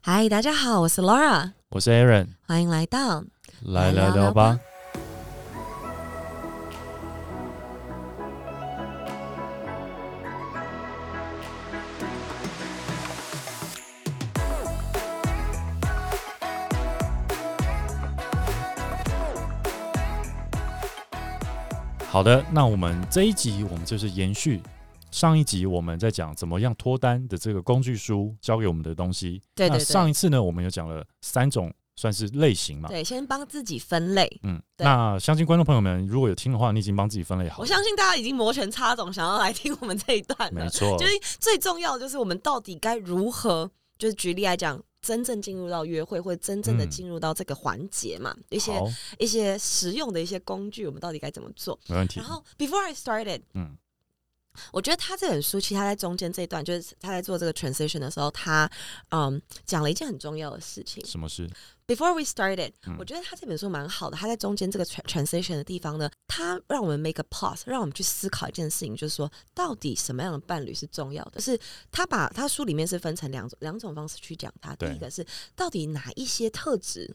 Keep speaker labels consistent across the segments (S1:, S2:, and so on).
S1: 嗨，大家好，我是 Laura，
S2: 我是 Aaron，
S1: 欢迎来到。来
S2: 来聊
S1: 聊
S2: 聊
S1: 吧
S2: 吧。好的，那我们这一集我们就是延续上一集我们在讲怎么样脱单的这个工具书教给我们的东西。
S1: 对对
S2: 那上
S1: 对，
S2: 一次呢，我们有讲了三种算是类型嘛，
S1: 对，先帮自己分类。
S2: 嗯，
S1: 对
S2: 那相信观众朋友们，如果有听的话，你已经帮自己分类好
S1: 我
S2: 了，
S1: 相信大家已经摩拳擦掌，想要来听我们这一段
S2: 没
S1: 了。
S2: 错
S1: 就，是最重要的就是我们到底该如何，就是举例来讲，真正进入到约会，或者真正的
S2: 嗯
S1: 进入到这个环节嘛，一些
S2: 好，
S1: 一些实用的一些工具，我们到底该怎么做？
S2: 没问题
S1: 然。后，before I started，
S2: 嗯，
S1: 我觉得他这本书，其实他在中间这一段，就是他在做这个 transition 的时候，他嗯讲了一件很重要的事情。
S2: 什么事？
S1: Before we started，、
S2: 嗯
S1: 我觉得他这本书蛮好的。他在中间这个 tran- transition 的地方呢，他让我们 make a pause，让我们去思考一件事情，就是说到底什么样的伴侣是重要的。就是他把他书里面是分成两种两种方式去讲它。第
S2: 对
S1: 一个是到底哪一些特质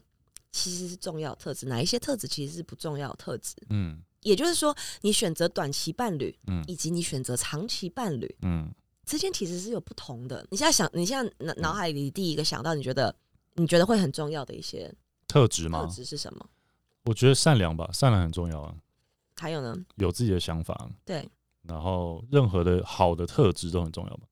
S1: 其实是重要的特质，哪一些特质其实是不重要的特质。
S2: 嗯
S1: 也就是说，你选择短期伴侣，
S2: 嗯
S1: 以及你选择长期伴侣
S2: 嗯，
S1: 之间其实是有不同的。你现在想，你现在脑脑海里第一个想到，你觉得你觉得会很重要的一些
S2: 特质
S1: 特
S2: 吗？
S1: 质是什么？
S2: 我觉得善良吧，善良很重要啊，
S1: 还有呢？
S2: 有自己的想法，
S1: 对，
S2: 然后任何的好的特质都很重要吧。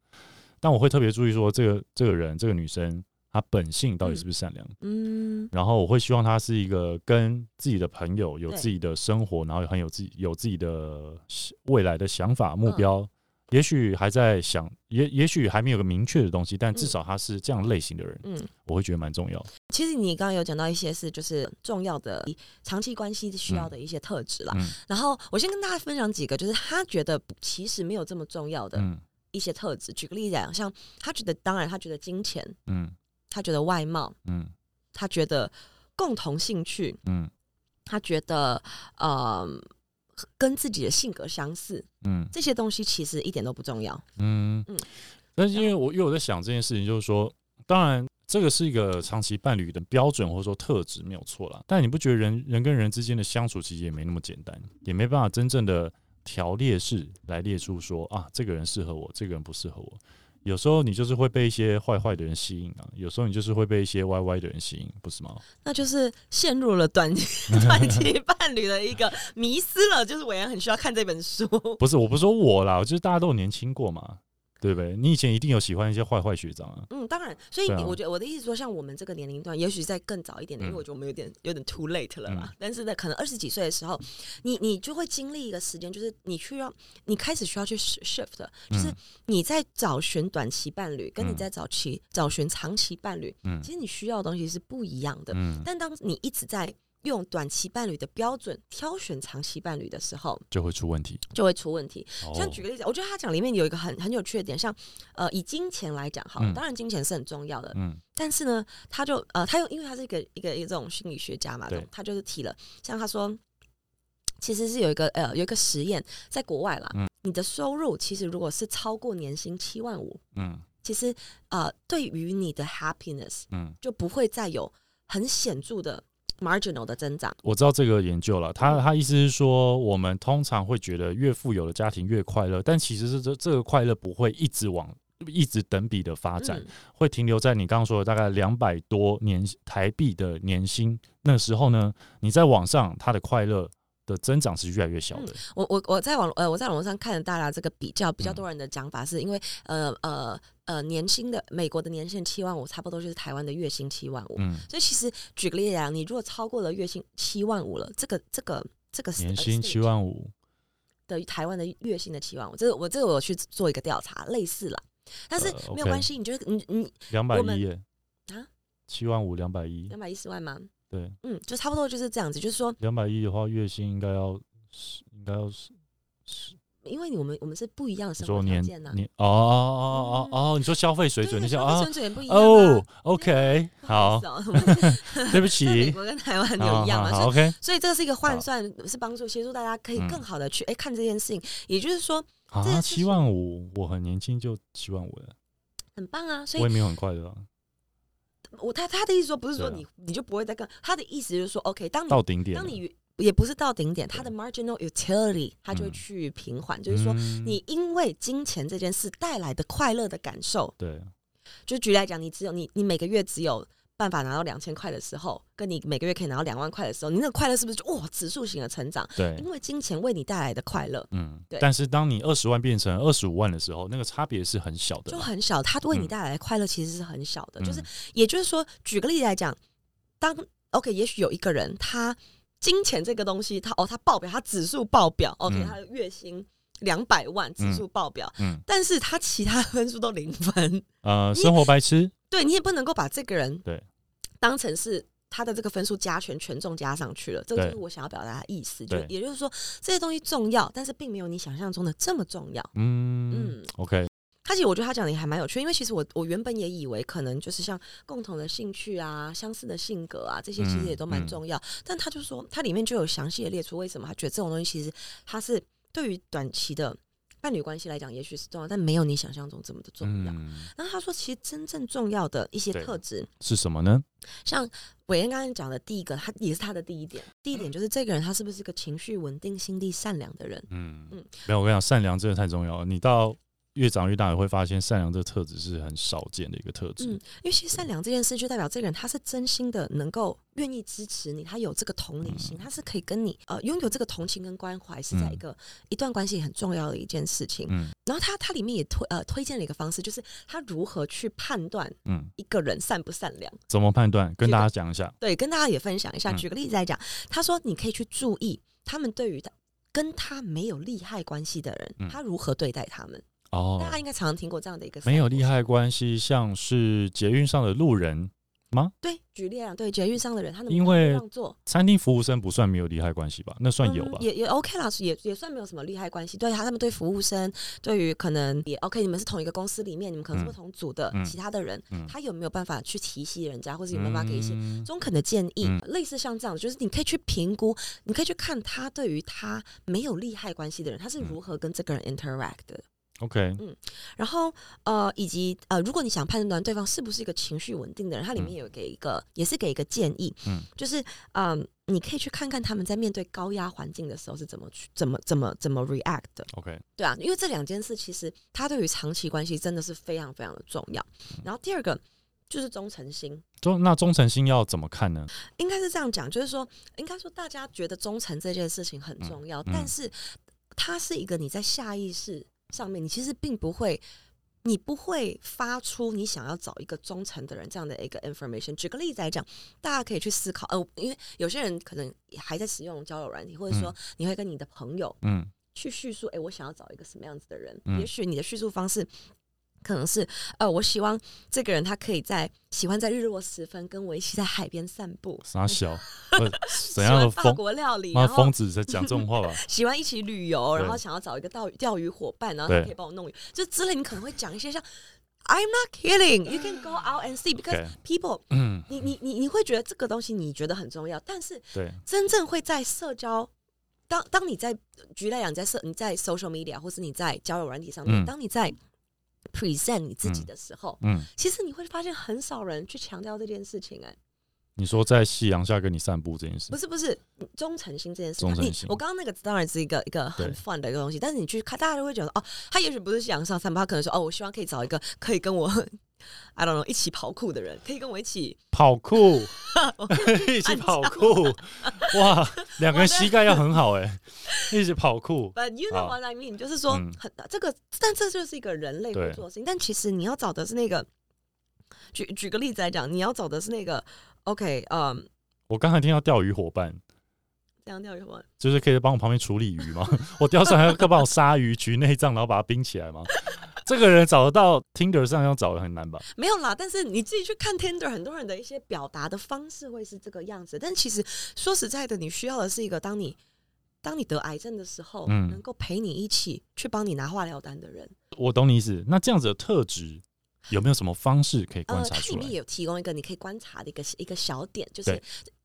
S2: 但我会特别注意说，这个这个人，这个女生，她本性到底是不是善良？
S1: 嗯，
S2: 然后我会希望她是一个跟自己的朋友有
S1: 对
S2: 自己的生活，然后很有自己有自己的未来的想法目
S1: 嗯
S2: 标。也许还在想，也也许还没有个明确的东西，但
S1: 嗯
S2: 至少她是这样类型的人，
S1: 嗯，
S2: 我会觉得蛮重要。
S1: 其实你刚刚有讲到一些是就是重要的长期关系需要的一些特质啦。
S2: 嗯
S1: 然后我先跟大家分享几个，就是他觉得其实没有这么重要的
S2: 嗯
S1: 一些特质。举个例子来讲，像他觉得，当然他觉得金钱，
S2: 嗯
S1: 他觉得外貌，
S2: 嗯
S1: 他觉得共同兴趣，
S2: 嗯
S1: 他觉得呃跟自己的性格相似，
S2: 嗯
S1: 这些东西其实一点都不重要。
S2: 嗯
S1: 嗯。
S2: 但是因为我因为我在想这件事情，就是说，当然这个是一个长期伴侣的标准或者说特质没有错啦，但你不觉得人人跟人之间的相处其实也没那么简单，也没办法真正的条列式来列出说啊，这个人适合我，这个人不适合我。有时候你就是会被一些坏坏的人吸引啊，有时候你就是会被一些歪歪的人吸引，不是吗？
S1: 那就是陷入了短 期短期伴侣的一个迷失了，就是伟人很需要看这本书。
S2: 不是，我不是说我啦，就是大家都有年轻过嘛，对不对？你以前一定有喜欢一些坏坏学长啊，
S1: 嗯，当然，所以
S2: 对啊
S1: 你我觉得我的意思说，像我们这个年龄段，也许在更早一点的，因为
S2: 嗯
S1: 我觉得我们有点有点 too late 了啦。
S2: 嗯
S1: 但是呢，可能二十几岁的时候，你你就会经历一个时间，就是你去让你开始需要去 shi- shift，就是
S2: 嗯
S1: 你在找寻短期伴侣，跟你
S2: 嗯
S1: 在找期找寻长期伴侣，
S2: 嗯
S1: 其实你需要的东西是不一样的。
S2: 嗯，
S1: 但当你一直在用短期伴侣的标准挑选长期伴侣的时候，
S2: 就会出问题。
S1: 就会出问题。像
S2: 哦
S1: 举个例子，我觉得他讲里面有一个很很有趣的点，像呃，以金钱来讲，好了，
S2: 嗯
S1: 当然金钱是很重要的，
S2: 嗯
S1: 但是呢，他就呃，他又因为他是一个一个一个这种心理学家嘛，
S2: 对
S1: 他就是提了，像他说，其实是有一个呃有一个实验在国外啦，
S2: 嗯
S1: 你的收入其实如果是超过年薪七万五，
S2: 嗯
S1: 其实呃对于你的 happiness
S2: 嗯，
S1: 就不会再有很显著的 marginal 的增长，
S2: 我知道这个研究了。
S1: 嗯
S2: 他他意思是说，我们通常会觉得越富有的家庭越快乐，但其实是这这个快乐不会一直往一直等比的发展，
S1: 嗯
S2: 会停留在你刚刚说的大概两百多年台币的年薪。那时候呢，你在往上，它的快乐的增长是越来越小的。
S1: 我我我在网呃我在网络上看了大家这个比较，比较
S2: 嗯
S1: 多人的讲法是因为呃呃呃年薪的美国的年薪七万五，差不多就是台湾的月薪七万五。
S2: 嗯，
S1: 所以其实举个例子啊，你如果超过了月薪七万五了，这个这个这个
S2: 年薪七
S1: 万
S2: 万五，
S1: 的台湾的月薪的七万五，这个我这个我有去做一个调查，类似啦。但是
S2: 呃
S1: 没
S2: ，OK
S1: 有关系，你觉得你你
S2: 两百
S1: 我们
S2: 一
S1: 啊，
S2: 七万五两百一，
S1: 两百一十万吗？
S2: 对，
S1: 嗯，就差不多就是这样子，就是说，
S2: 两百一的话，月薪应该要十，应该要十。十
S1: 因为你我们我们是不一样的生
S2: 说
S1: 活
S2: 年
S1: 条件呐、
S2: 年哦哦哦哦哦，你说消费水准那
S1: 对
S2: 些
S1: 消费
S2: 啊
S1: 水准也不一样
S2: 哦
S1: 啊
S2: ，OK，好，
S1: 不，意 思哦
S2: 对不
S1: 在美
S2: 起，
S1: 国 跟台湾
S2: 好
S1: 有一样嘛，
S2: 好
S1: 所以
S2: 好，OK，
S1: 所以这个是一个换
S2: 好
S1: 算，是帮助协助大家可以
S2: 嗯
S1: 更好的去哎、诶看这件事情，也就是说这
S2: 啊，
S1: 个事
S2: 七
S1: 情
S2: 万五，我很年轻就七万五了，
S1: 很棒啊。所
S2: 我也
S1: 以
S2: 没有很快乐啊，
S1: 我他他的意思说不是说
S2: 对啊
S1: 你、你就不会再跟，他的意思就是说，OK，当你
S2: 到顶点了，
S1: 当你也不是到顶点，它的 marginal utility 它就会
S2: 嗯
S1: 去平缓，就是说。
S2: 嗯
S1: 你因为金钱这件事带来的快乐的感受，
S2: 对
S1: 就举例来讲，你只有你你每个月只有办法拿到两千块的时候，跟你每个月可以拿到两万块的时候，你那个快乐是不是就哇指数型的成长？
S2: 对
S1: 因，为金钱为你带来的快乐
S2: 嗯
S1: 对，
S2: 但是当你二十万变成二十五万的时候，那个差别是很小的
S1: 就
S2: 嘛，
S1: 很小，它为你
S2: 嗯
S1: 带来的快乐其实是很小的。就是
S2: 嗯
S1: 也就是说，举个例子来讲，当 OK，也许有一个人他金钱这个东西，他哦，他爆表，他指数爆表，OK，、
S2: 嗯
S1: 他的月薪两百万，指数爆表，
S2: 嗯
S1: 但是他其他分数都零 分，
S2: 呃，
S1: 你
S2: 生活白痴，
S1: 对你也不能够把这个人
S2: 对
S1: 当成是。他的这个分数加权权重加上去了，这个
S2: 对
S1: 就是我想要表达的意思。就
S2: 对
S1: 也就是说，这些东西重要，但是并没有你想象中的这么重要。
S2: 嗯
S1: 嗯
S2: o k
S1: 他其实我觉得他讲的也还蛮有趣，因为其实我我原本也以为可能就是像共同的兴趣啊、相似的性格啊这些，其实
S2: 嗯
S1: 也都蛮
S2: 嗯
S1: 重要。但他就说，他里面就有详细的列出为什么他觉得这种东西其实它是对于短期的伴侣关系来讲，也许是重要，但没有你想象中这么的重要。
S2: 嗯，
S1: 然后他说，其实真正重要的一些
S2: 对
S1: 特质，
S2: 是什么呢？
S1: 像伟恩刚才讲的第一个，他也是他的第一点。第一点就是这个人他是不是一个情绪稳定、心地善良的人？
S2: 嗯
S1: 嗯
S2: 没有，我跟你讲，善良真的太重要了。你到越长越大，你会发现善良这个特质是很少见的一个特质。
S1: 嗯，因为其实善良这件事，就代表这个人他是真心的，能够愿意支持你，他有这个同理
S2: 嗯
S1: 心，他是可以跟你呃拥有这个同情跟关怀，是在一个、一段关系很重要的一件事情。
S2: 嗯
S1: 然后他他里面也推呃推荐了一个方式，就是他如何去判断
S2: 嗯，
S1: 一个人善不善良。
S2: 怎么判断？跟
S1: 觉得
S2: 大家讲一下。
S1: 对，跟大家也分享一下。
S2: 嗯
S1: 举个例子来讲，他说你可以去注意他们对于他。跟他没有利害关系的人，
S2: 嗯
S1: 他如何对待他们？
S2: 哦
S1: 大，家应该常常听过这样的一个
S2: 没有
S1: 散步
S2: 利害关系，像是捷运上的路人、
S1: 对，举例啊，对捷运上的人，他能
S2: 因
S1: 不能
S2: 为
S1: 让座，
S2: 餐厅服务生不算没有利害关系吧？那算有
S1: 嗯
S2: 吧？
S1: 也也 OK 啦，也也算没有什么利害关系。对他他们对服务生，对于可能也 OK，你们是同一个公司里面，你们可能是
S2: 嗯
S1: 不同组的、
S2: 嗯
S1: 其他的人，
S2: 嗯
S1: 他有没有办法去提携人家，或者有
S2: 嗯
S1: 没有办法给一些中肯的建议？
S2: 嗯
S1: 类似像这样，就是你可以去评估，你可以去看他对于他没有利害关系的人，他是
S2: 嗯
S1: 如何跟这个人 interact 的。
S2: OK，
S1: 然后呃，以及呃，如果你想判断对方是不是一个情绪稳定的人，它里面
S2: 嗯
S1: 有给一个，也是给一个建议，
S2: 嗯
S1: 就是嗯、你可以去看看他们在面对高压环境的时候是怎么去怎么怎么怎么 react 的，
S2: OK，
S1: 对啊，因为这两件事其实它对于长期关系真的是非常非常的重要。
S2: 嗯
S1: 然后第二个就是忠诚心，
S2: 忠那忠诚心要怎么看呢？
S1: 应该是这样讲，就是说，应该说大家觉得忠诚这件事情很重要，
S2: 嗯
S1: 但是它是一个你在下意识上面，你其实并不会。你不会发出你想要找一个忠诚的人这样的一个 information。举个例子来讲，大家可以去思考，呃，因为有些人可能还在使用交友软体，或者说你会跟你的朋友
S2: 嗯
S1: 去叙述，诶，我想要找一个什么样子的人。
S2: 嗯
S1: 也许你的叙述方式可能是，呃，我希望这个人他可以在喜欢在日落时分跟我一起在海边散步，
S2: 傻 小，不是
S1: 喜
S2: 怎样
S1: 欢
S2: 的
S1: 法
S2: 疯？
S1: 国料理，
S2: 妈
S1: 然后
S2: 疯子在讲这种话吧？
S1: 喜欢一起旅游，
S2: 对
S1: 然后想要找一个钓钓鱼伙伴，然后他
S2: 对
S1: 可以帮我弄鱼，就之类。你可能会讲一些像 "I'm not kidding, you can go out and see because
S2: OK
S1: people"，
S2: 嗯，
S1: 你你你你会觉得这个东西你觉得很重要，但是
S2: 对，
S1: 真正会在社交，当当你在举例来讲，你在社你在 social media 或是你在交友软体上面，
S2: 嗯
S1: 当你在 present 你自己的时候，
S2: 嗯，
S1: 其实你会发现很少人去强调这件事情、哎。
S2: 你说在夕阳下跟你散步这件事
S1: 不，是不是忠诚心这件事，
S2: 忠诚
S1: 你
S2: 心
S1: 我刚刚那个当然是一个一个很
S2: 对
S1: fun 的一个东西，但是你去看，大家都会觉得哦，他也许不是想上散步，他可能说哦，我希望可以找一个可以跟我 I don't know 一起跑酷的人，可以跟我一起
S2: 跑酷，
S1: 我
S2: 一起跑酷，哇，两个人膝盖要很好哎、一起跑酷，
S1: ，But you know
S2: 好
S1: what I mean，就是说
S2: 嗯
S1: 很、这个，但这就是一个人类会
S2: 对
S1: 做的事情，但其实你要找的是那个，举举个例子来讲，你要找的是那个 OK，嗯、
S2: 我刚才听到钓鱼伙伴，
S1: 这样钓鱼吗？
S2: 就是可以帮我旁边处理鱼吗？ 我钓上来要帮我杀鱼、取内脏，然后把它冰起来吗？这个人找得到 Tinder 上要找的很难吧？
S1: 没有啦，但是你自己去看 Tinder，很多人的一些表达的方式会是这个样子。但其实说实在的，你需要的是一个当你当你得癌症的时候，
S2: 嗯
S1: 能够陪你一起去帮你拿化疗单的人。
S2: 我懂你意思。那这样子的特质有没有什么方式可以观
S1: 呃，
S2: 察
S1: 它里
S2: 出来
S1: 面？也有提供一个你可以观察的一个一个小点，就是
S2: 对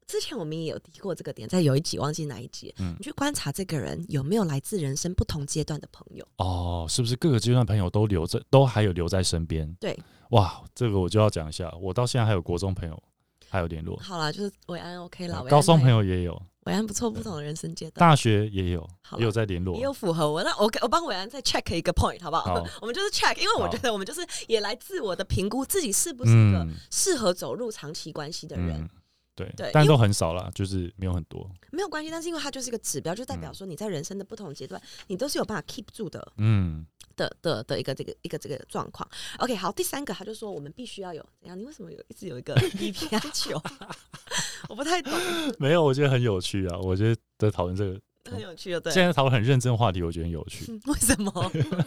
S1: 之前我们也有提过这个点，在有一集忘记哪一集，
S2: 嗯
S1: 你去观察这个人有没有来自人生不同阶段的朋友。
S2: 哦，是不是各个阶段朋友都留在，都还有留在身边？
S1: 对，
S2: 哇，这个我就要讲一下，我到现在还有国中朋友还有联络，
S1: 好啦，就是伟安 OK 啦，
S2: 啊
S1: 伟安
S2: 高中
S1: 还
S2: 朋友也有，
S1: 伟安不错，不同的人生阶段。
S2: 大学也有，
S1: 好
S2: 也有在联络啊
S1: 也。有符合我，那我给我帮伟安再 check 一个 point 好不好？
S2: 好
S1: 我们就是 check，因为我
S2: 好
S1: 觉得我们就是也来自我的评估，自己是不是一个
S2: 嗯
S1: 适合走入长期关系的人。
S2: 嗯，对
S1: 对，
S2: 但
S1: 因为
S2: 都很少啦，就是没有很多。
S1: 没有关系，但是因为它就是一个指标，就代表说你在人生的不同阶段，你都是有办法 keep 住的
S2: 嗯，
S1: 的的的一个这个一个这个状况。OK，好，第三个他就说我们必须要有怎样？你为什么有一直有一个 EPI 球？ 我不太懂，
S2: 没有，我觉得很有趣啊，我觉得在讨论这个，
S1: 很有趣的，对。
S2: 现在讨论很认真的话题，我觉得很有趣。
S1: 嗯为什么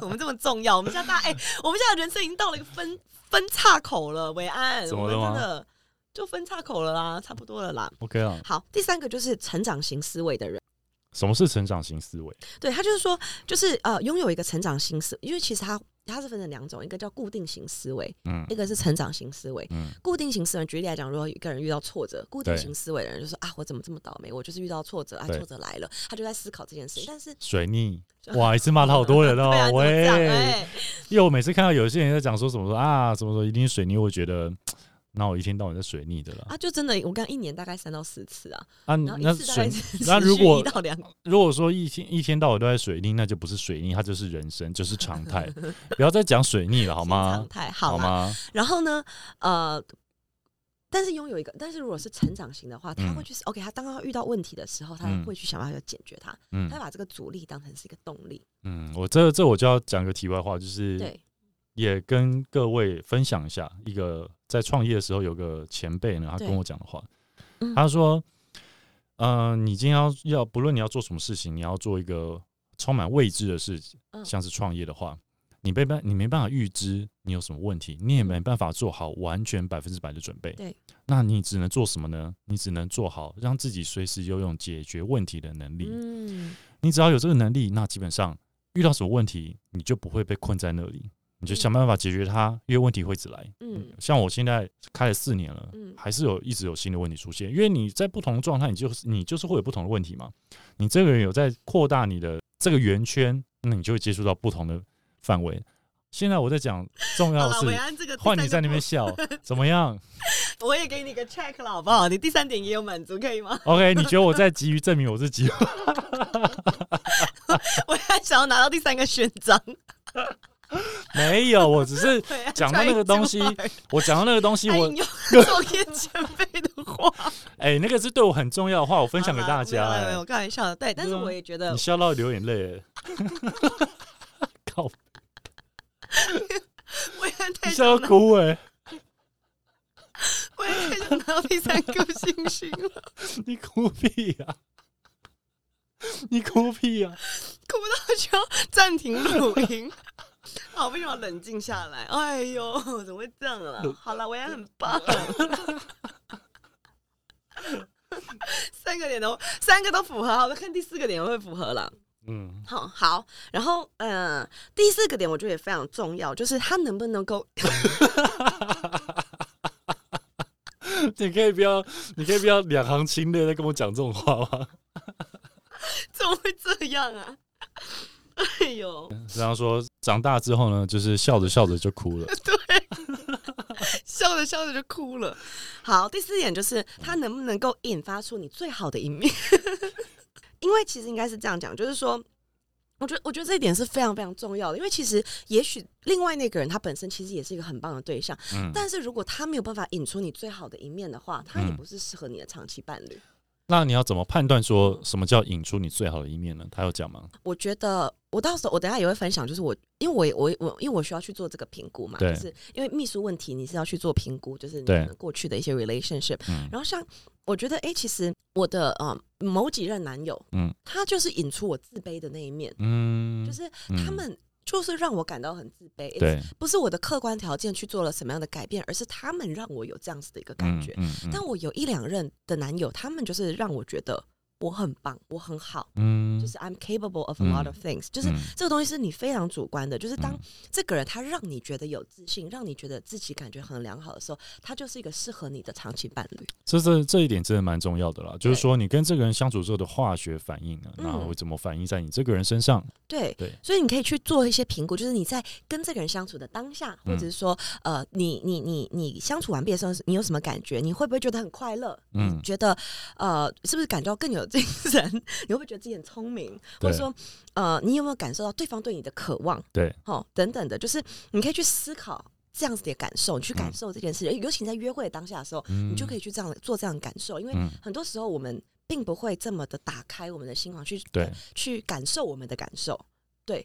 S1: 我们这么重要？我们现在 大哎、我们现在人生已经到了一个分分岔口了，伟安，
S2: 怎
S1: 我
S2: 么
S1: 们
S2: 了吗
S1: 真的就分岔口了啦，差不多了啦。
S2: OK 啊，
S1: 好，第三个就是成长型思维的人，
S2: 什么是成长型思维？
S1: 对他就是说，就是呃，拥有一个成长型思，因为其实他他是分成两种，一个叫固定型思维，
S2: 嗯
S1: 一个是成长型思维。
S2: 嗯
S1: 固定型思维，举例来讲，如果一个人遇到挫折，固定
S2: 对
S1: 型思维的人就说啊，我怎么这么倒霉？我就是遇到挫折啊，
S2: 对
S1: 挫折来了，他就在思考这件事情。但是，
S2: 水逆，哇，一次骂了好多人哦
S1: 对啊，，你怎么这样
S2: 喂，
S1: 哎
S2: 因为我每次看到有些人在讲说什么说啊，什么说一定是水逆，我觉得那我一天到晚在水逆的了
S1: 啊，就真的，我刚一年大概三到四次啊，
S2: 啊。
S1: 然后
S2: 那
S1: 一次大概
S2: 水，
S1: 是
S2: 那
S1: 持
S2: 如
S1: 续
S2: 果
S1: 一到两个，
S2: 如果说一天一天到晚都在水逆，那就不是水逆，它就是人生，就是常 态。不要再讲水逆了，好吗
S1: 常？态好
S2: 好
S1: 啊啦。
S2: 吗？
S1: 然后呢，呃，但是拥有一个，但是如果是成长型的话，他
S2: 嗯
S1: 会去、OK，他当他遇到问题的时候，他
S2: 嗯
S1: 会去想办法解决它，
S2: 嗯
S1: 他会把这个阻力当成是一个动力。
S2: 嗯，我这这我就要讲个题外话，就是
S1: 对，
S2: 也跟各位分享一下一个在创业的时候有个前辈呢，他
S1: 对
S2: 跟我讲的话
S1: 嗯，
S2: 他说：“呃，你今天要要不论你要做什么事情，你要做一个充满未知的事情，
S1: 嗯
S2: 像是创业的话。”你没办，你没办法预知你有什么问题，你也没办法做好完全百分之百的准备。
S1: 对，
S2: 那你只能做什么呢？你只能做好让自己随时拥有解决问题的能力。
S1: 嗯，
S2: 你只要有这个能力，那基本上遇到什么问题，你就不会被困在那里，你就想办法解决它，因为问题会一直来。
S1: 嗯
S2: 像我现在开了四年了，
S1: 嗯
S2: 还是有一直有新的问题出现，因为你在不同的状态，你就是你就是会有不同的问题嘛。你这个人有在扩大你的这个圆圈，那你就会接触到不同的范围。现在我在讲重
S1: 好
S2: 要的
S1: 了，
S2: 是
S1: 维，安这个第
S2: 换
S1: 三
S2: 你
S1: 个
S2: 在那边
S1: 部
S2: 笑， 怎么样？
S1: 分，我也给你个 check 了，好不好？你第三点也有满足，可以 吗？
S2: OK，你觉得我在急于证明我 自己？
S1: 我还想要拿到第三个勋章，
S2: 没有，我只是
S1: 对啊
S2: 讲到那个东西
S1: 穿一件外
S2: 我讲到那个东西，
S1: 哎，
S2: 我
S1: 你用作业前辈的话
S2: 哎、那个是对我很重要的话，我分享给大家、
S1: 好啦没有没
S2: 哎
S1: 有，我开玩笑的。对，但是
S2: 对啊
S1: 我也觉得
S2: 你，笑到流眼泪、 哎 靠，
S1: 我也
S2: 你
S1: 太想
S2: 笑
S1: 拿
S2: 到哭哎、
S1: 我也太想拿到第三颗星星了，
S2: 你哭屁呀、你哭屁呀、
S1: 哭到需要暂停录音。 好，为什么冷静下来？哎呦， 怎么会这样啊？好了，我也很棒。 三个点都，三个都符合，好，我看第四个点会不会符合了。
S2: 嗯，
S1: 好，好，然后，嗯、第四个点我觉得也非常重要，就是他能不能够，
S2: 你可以不要，你可以不要两行清泪在跟我讲这种话吗？
S1: 怎么会这样啊？ 哎呦，
S2: 然后说长大之后呢，就是笑着笑着就哭 了。
S1: 笑着笑着就哭了。好，第四点就是他能不能够引发出你最好的一面， 因为其实应该是这样讲，就是说。我觉得，我觉得这一点是非常非常重要的，因为其实也许另外那个人他本身其实也是一个很棒的对象，
S2: 嗯，
S1: 但是如果他没有办法引出你最好的一面的话，他也
S2: 嗯
S1: 不是适合你的长期伴侣。
S2: 那你要怎么判断说什么叫引出你最好的一面呢？他有讲吗？
S1: 我觉得我到时候我等一下也会分享，就是我因为我也我也我因为我需要去做这个评估嘛，
S2: 对
S1: 就是因为秘书问题你是要去做评估，就是你
S2: 对
S1: 可能过去的一些 relationship，
S2: 嗯
S1: 然后像我觉得，哎、其实我的呃某几任男友，
S2: 嗯
S1: 他就是引出我自卑的那一面，
S2: 嗯，
S1: 就是他
S2: 嗯
S1: 们就是让我感到很自卑，
S2: 对
S1: 不是我的客观条件去做了什么样的改变，而是他们让我有这样子的一个感觉。
S2: 嗯嗯嗯
S1: 但我有一两任的男友，他们就是让我觉得我很棒，我很好，
S2: 嗯，
S1: 就是 I'm capable of a lot of things，、就是
S2: 嗯
S1: 这个东西是你非常主观的，就是当
S2: 嗯
S1: 这个人他让你觉得有自信，让你觉得自己感觉很良好的时候，他就是一个适合你的长期伴侣。
S2: 这这这一点真的蛮重要的啦，就
S1: 对
S2: 是说你跟这个人相处之后的化学反应啊，
S1: 嗯
S2: 然后会怎么反映在你这个人身上？
S1: 对，
S2: 对
S1: 所以你可以去做一些评估，就是你在跟这个人相处的当下，
S2: 嗯
S1: 或者是说，呃，你你你你相处完毕的时候，你有什么感觉？你会不会觉得很快乐？
S2: 嗯
S1: 嗯，觉得呃，是不是感觉到更有精神？ 你会不会觉得自己很聪明？或者说，呃，你有没有感受到对方对你的渴望？
S2: 对，
S1: 哦，等等的，就是你可以去思考这样子的感受，你去感受这件事。尤其你在约会的当下的时候，
S2: 嗯
S1: 你就可以去这样做这样的感受，因为
S2: 嗯，
S1: 很多时候我们并不会这么的打开我们的心房去
S2: 对，
S1: 去感受我们的感受。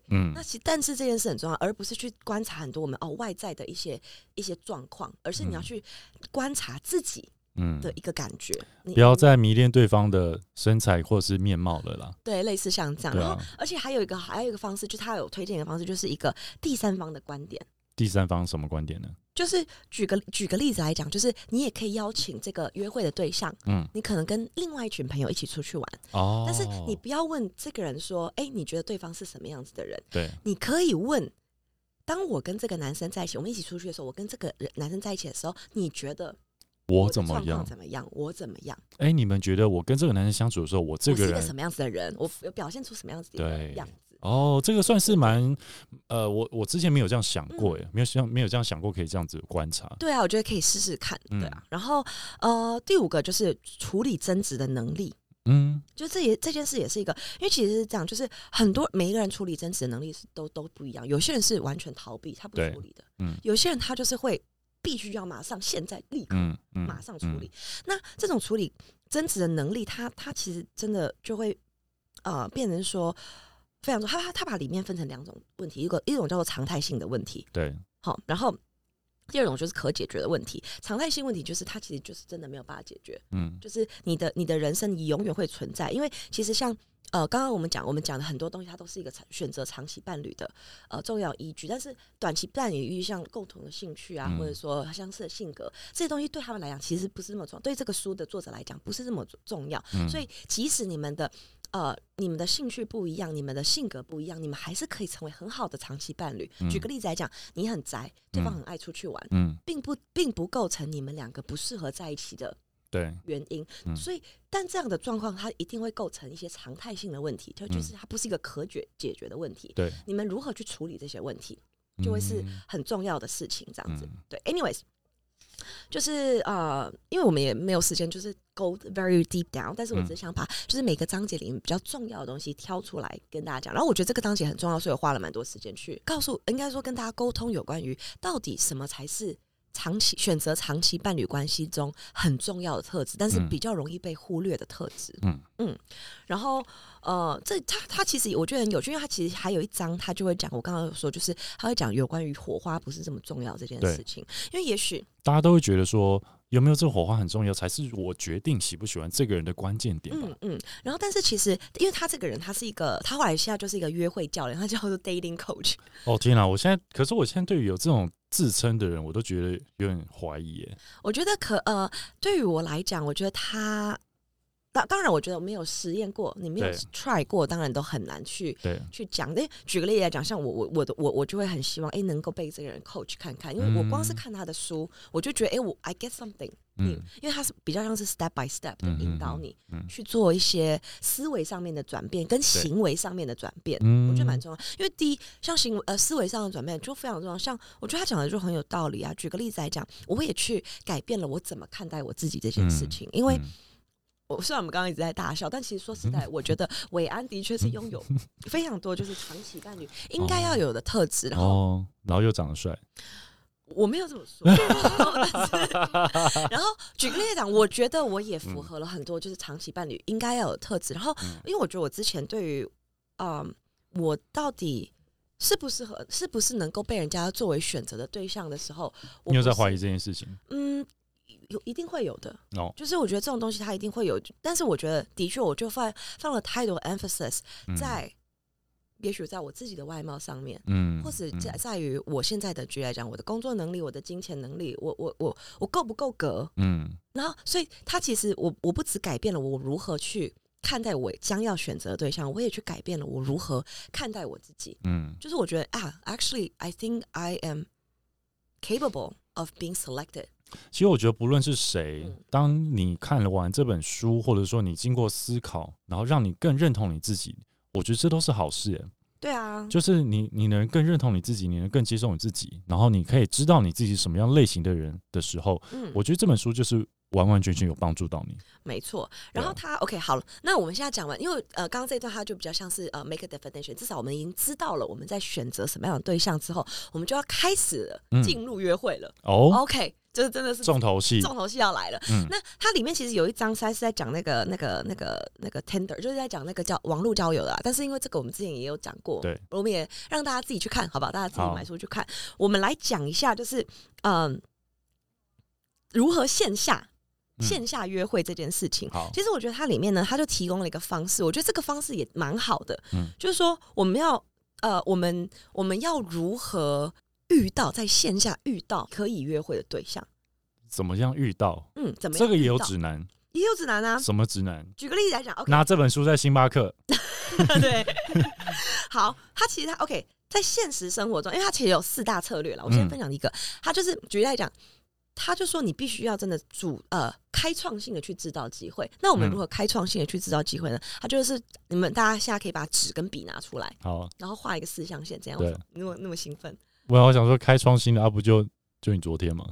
S2: 嗯
S1: 那，其但是这件事很重要，而不是去观察很多我们哦外在的一些一些状况，而是你要
S2: 嗯
S1: 去观察自己
S2: 嗯，
S1: 的一个感觉。你
S2: 不要再迷恋对方的身材或是面貌了啦。
S1: 对类似像这样，
S2: 对
S1: 然
S2: 啊
S1: 后，而且还有一个还有一个方式，就是他有推荐一个方式，就是一个第三方的观点。
S2: 第三方什么观点呢？
S1: 就是举个举个例子来讲，就是你也可以邀请这个约会的对象，
S2: 嗯，
S1: 你可能跟另外一群朋友一起出去玩，
S2: 哦，
S1: 但是你不要问这个人说，哎、你觉得对方是什么样子的人？
S2: 对，
S1: 你可以问，当我跟这个男生在一起，我们一起出去的时候，我跟这个人男生在一起的时候，你觉得
S2: 我
S1: 的
S2: 怎么
S1: 状况
S2: 样？
S1: 怎么样？我怎么样？
S2: 哎、你们觉得我跟这个男生相处的时候，我这
S1: 我是一个
S2: 人
S1: 什么样子的人？我我表现出什么样子的
S2: 对
S1: 样子？
S2: 哦，这个算是蛮
S1: 嗯
S2: 呃，我我之前没有这样想过，哎、没有想没有这样想过可以这样子观察。
S1: 对啊，我觉得可以试试看，
S2: 嗯
S1: 对啊。然后呃，第五个就是处理争执的能力。
S2: 嗯，
S1: 就这也这件事也是一个，因为其实是这样，就是很多每一个人处理争执的能力是都都不一样，有些人是完全逃避，他不
S2: 对
S1: 处理的，
S2: 嗯
S1: 有些人他就是会必须要马上现在立刻、
S2: 嗯嗯，
S1: 马上处理。那这种处理争执的能力，他他其实真的就会呃变成说。非常多，他他他把里面分成两种问题，一个一种叫做常态性的问题，
S2: 对，
S1: 好，然后第二种就是可解决的问题。常态性问题就是它其实就是真的没有办法解决，
S2: 嗯
S1: 就是你的你的人生你永远会存在，因为其实像呃刚刚我们讲我们讲的很多东西，它都是一个长选择长期伴侣的呃重要依据，但是短期伴侣依据像共同的兴趣啊，
S2: 嗯
S1: 或者说相似的性格这些东西对他们来讲其实不是那么重要，对这个书的作者来讲不是那么重要，
S2: 嗯，
S1: 所以即使你们的呃你们的兴趣不一样，你们的性格不一样，你们还是可以成为很好的长期伴侣。
S2: 嗯
S1: 举个例子来讲，你很宅，对方
S2: 嗯
S1: 很爱出去玩，
S2: 嗯，
S1: 并不并不构成你们两个不适合在一起的
S2: 对，
S1: 原因，
S2: 嗯
S1: 所以但这样的状况，它一定会构成一些常态性的问题，它
S2: 嗯
S1: 就是它不是一个可解解决的问题。
S2: 对
S1: 你们如何去处理这些问题，就会是
S2: 嗯
S1: 很重要的事情。这样子，
S2: 嗯
S1: 对，anyways，就是呃，因为我们也没有时间，就是 go very deep down，但是我
S2: 嗯
S1: 只是想把就是每个章节里面比较重要的东西挑出来跟大家讲。然后我觉得这个章节很重要，所以我花了蛮多时间去告诉，应该说跟大家沟通有关于到底什么才是。长期选择长期伴侣关系中很重要的特质，但是
S2: 嗯
S1: 比较容易被忽略的特质。
S2: 嗯
S1: 然后呃，这他他其实我觉得很有趣，因为他其实还有一章，他就会讲我刚刚有说，就是他会讲有关于火花不是这么重要这件
S2: 对
S1: 事情，因为也许
S2: 大家都会觉得说，有没有这火花很重要，才是我决定喜不喜欢这个人的关键点吧
S1: 嗯。嗯，然后但是其实因为他这个人，他是一个他后来现在就是一个约会教练，他叫做 dating coach，
S2: 哦天哪，我现在可是我现在对于有这种自称的人，我都觉得有点怀疑耶。
S1: 我觉得可呃，对于我来讲，我觉得他。当当然，我觉得我没有实验过，你没有
S2: 对
S1: try 过，当然都很难去
S2: 对，
S1: 去讲。那举个例子来讲，像我我我的我我就会很希望，哎、能够被这个人 coach 看看，因为我光是
S2: 嗯
S1: 看他的书，我就觉得，哎、我 I get something，嗯
S2: 嗯，
S1: 因为他是比较像是 step by step 的
S2: 嗯
S1: 引导你
S2: 嗯嗯
S1: 去做一些思维上面的转变跟行为上面的转变。
S2: 嗯
S1: 我觉得蛮重要，因为第一，像行为呃思维上的转变就非常重要。像我觉得他讲的就很有道理啊。举个例子来讲，我也去改变了我怎么看待我自己这件事情，因为
S2: 嗯
S1: 我虽然我们刚刚一直在大笑，但其实说实在， 我觉得韦安的确是拥有非常多就是长期伴侣应该要有的特质。然后
S2: 哦，然后又长得帅，
S1: 我没有这么说， 但是然后举个例子讲，我觉得我也符合了很多就是长期伴侣应该要有的特质。然后
S2: 嗯
S1: 因为我觉得我之前对于，嗯、我到底。适不适合，是不是能够被人家作为选择的对象的时候，我
S2: 你有在
S1: 不是
S2: 怀疑这件事情
S1: 嗯，有一定会有的。
S2: 哦？
S1: 就是我觉得这种东西它一定会有，但是我觉得的确，我就放放了太多 emphasis
S2: 嗯
S1: 在，也许在我自己的外貌上面，
S2: 嗯，
S1: 或者
S2: 嗯
S1: 在在于我现在的局来讲，我的工作能力、我的金钱能力，我我我我够不够格？
S2: 嗯
S1: 然后，所以他其实我我不只改变了我如何去看待我将要选择的对象，我也去改变了我如何看待我自己。
S2: 嗯
S1: 就是我觉得啊，actually I think I am capable of being selected。
S2: 其实我觉得，不论是谁
S1: 嗯，
S2: 当你看了完这本书，或者说你经过思考，然后让你更认同你自己，我觉得这都是好事耶。
S1: 对啊，
S2: 就是你，你能更认同你自己，你能更接受你自己，然后你可以知道你自己是什么样类型的人的时候，
S1: 嗯，
S2: 我觉得这本书就是完完全全有帮助到你。
S1: 没错。然后
S2: 对啊
S1: 他 OK 好了，那我们现在讲完，因为呃，刚刚这一段他就比较像是呃 make a definition，至少我们已经知道了我们在选择什么样的对象之后，我们就要开始了
S2: 嗯
S1: 进入约会了。
S2: 哦，
S1: OK，就是真的是
S2: 重头戏，
S1: 重头戏要来了。
S2: 嗯
S1: 那它里面其实有一章是在是在讲那个、那个、那个、那个 Tender，就是在讲那个叫网络交友的啦。但是因为这个我们之前也有讲过，
S2: 对，
S1: 我们也让大家自己去看，好不好？大家自
S2: 好
S1: 己买书去看。我们来讲一下，就是嗯、如何线下
S2: 嗯
S1: 线下约会这件事情。
S2: 好，
S1: 其实我觉得它里面呢，它就提供了一个方式，我觉得这个方式也蛮好的，
S2: 嗯
S1: 就是说我们要呃，我们我们要如何遇到在线下遇到可以约会的对象。
S2: 怎么样遇到？
S1: 嗯，怎么
S2: 这
S1: 样
S2: 个也
S1: 遇
S2: 有
S1: 到
S2: 指南，
S1: 也有指南啊。
S2: 什么指南？
S1: 举个例子来讲，OK，
S2: 拿这本书在星巴克，
S1: 对， 好，他其实他 OK，在现实生活中，因为他其实有四大策略了，我先
S2: 嗯
S1: 分享一个，他就是举例来讲。他就说：“你必须要真的主呃开创性的去制造机会。那我们
S2: 嗯
S1: 如何开创性的去制造机会呢？他就是你们大家现在可以把纸跟笔拿出来，
S2: 好，
S1: 然后画一个四象限，这样
S2: 对
S1: 我那么那么兴奋？
S2: 我好想说开创新的啊，不就就你昨天吗？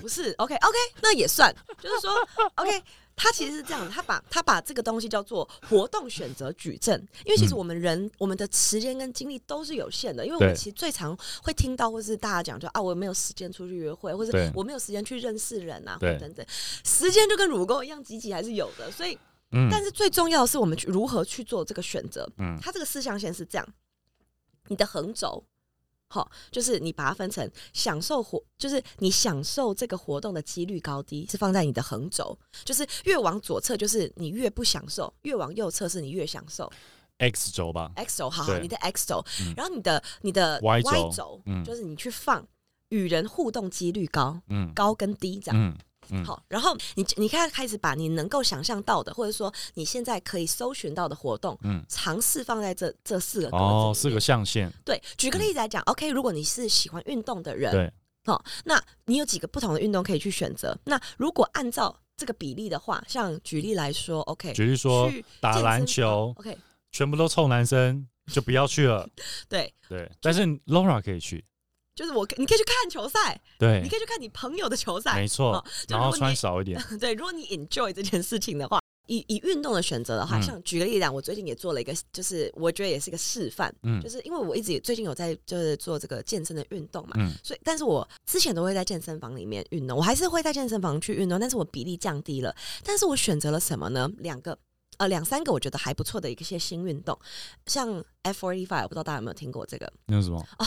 S1: 不是，OK OK，那也算，就是说 ，OK，他其实是这样的，他把他把这个东西叫做活动选择矩阵，因为其实
S2: 嗯
S1: 我们人、我们的时间跟精力都是有限的，因为我
S2: 对
S1: 们其实最常会听到或是大家讲就啊，我没有时间出去约会，或
S2: 对
S1: 者我没有时间去认识人啊，或
S2: 对
S1: 等等，时间就跟乳沟一样，挤挤还是有的，所以
S2: 嗯，
S1: 但是最重要的是，我们去如何去做这个选择。
S2: 嗯
S1: 它这个四象限是这样：你的横轴，好、就是你把它分成享受活，就是你享受这个活动的几率高低是放在你的横轴，就是越往左侧就是你越不享受，越往右侧是你越享受。
S2: X 轴吧，
S1: X 轴，好好，
S2: 对
S1: 你的 X 轴，
S2: 嗯
S1: 然后你的你的
S2: Y 轴
S1: 轴，
S2: 嗯
S1: 就是你去放与人互动几率高，
S2: 嗯
S1: 高跟低这样。
S2: 嗯嗯，
S1: 好，然后你你开开始把你能够想象到的，或者说你现在可以搜寻到的活动，
S2: 嗯，
S1: 尝试放在这这四个格子里面
S2: 哦，四个象限，
S1: 对。举个例子来讲、o k 如果你是喜欢运动的人，
S2: 对，
S1: 哦，那你有几个不同的运动可以去选择？那如果按照这个比例的话，像举例来说，OK，
S2: 举例说
S1: 去
S2: 打
S1: 健
S2: 篮
S1: 身
S2: 球
S1: 房，OK，
S2: 全部都臭男生就不要去了，
S1: 对，
S2: 对，但是 Laura 可以去，
S1: 就是我可，你可以去看球赛，
S2: 对
S1: 你，可以去看你朋友的球赛
S2: 没，错
S1: 哦，就
S2: 然后
S1: 如果你
S2: 穿少 一点，
S1: 对，如果你 enjoy 这件事情的话，以以运动的选择的话，
S2: 嗯
S1: 像举个例子，我最近也做了一个，就是我觉得也是一个示范，
S2: 嗯
S1: 就是因为我一直最近有在就是做这个健身的运动嘛，
S2: 嗯
S1: 所以但是我之前都会在健身房里面运动，我还是会在健身房去运动，但是我比例降低了，但是我选择了什么呢？两个。呃，两三个我觉得还不错的一些新运动，像 F forty five，我不知道大家有没有听过这个？
S2: 那是什么？
S1: 哦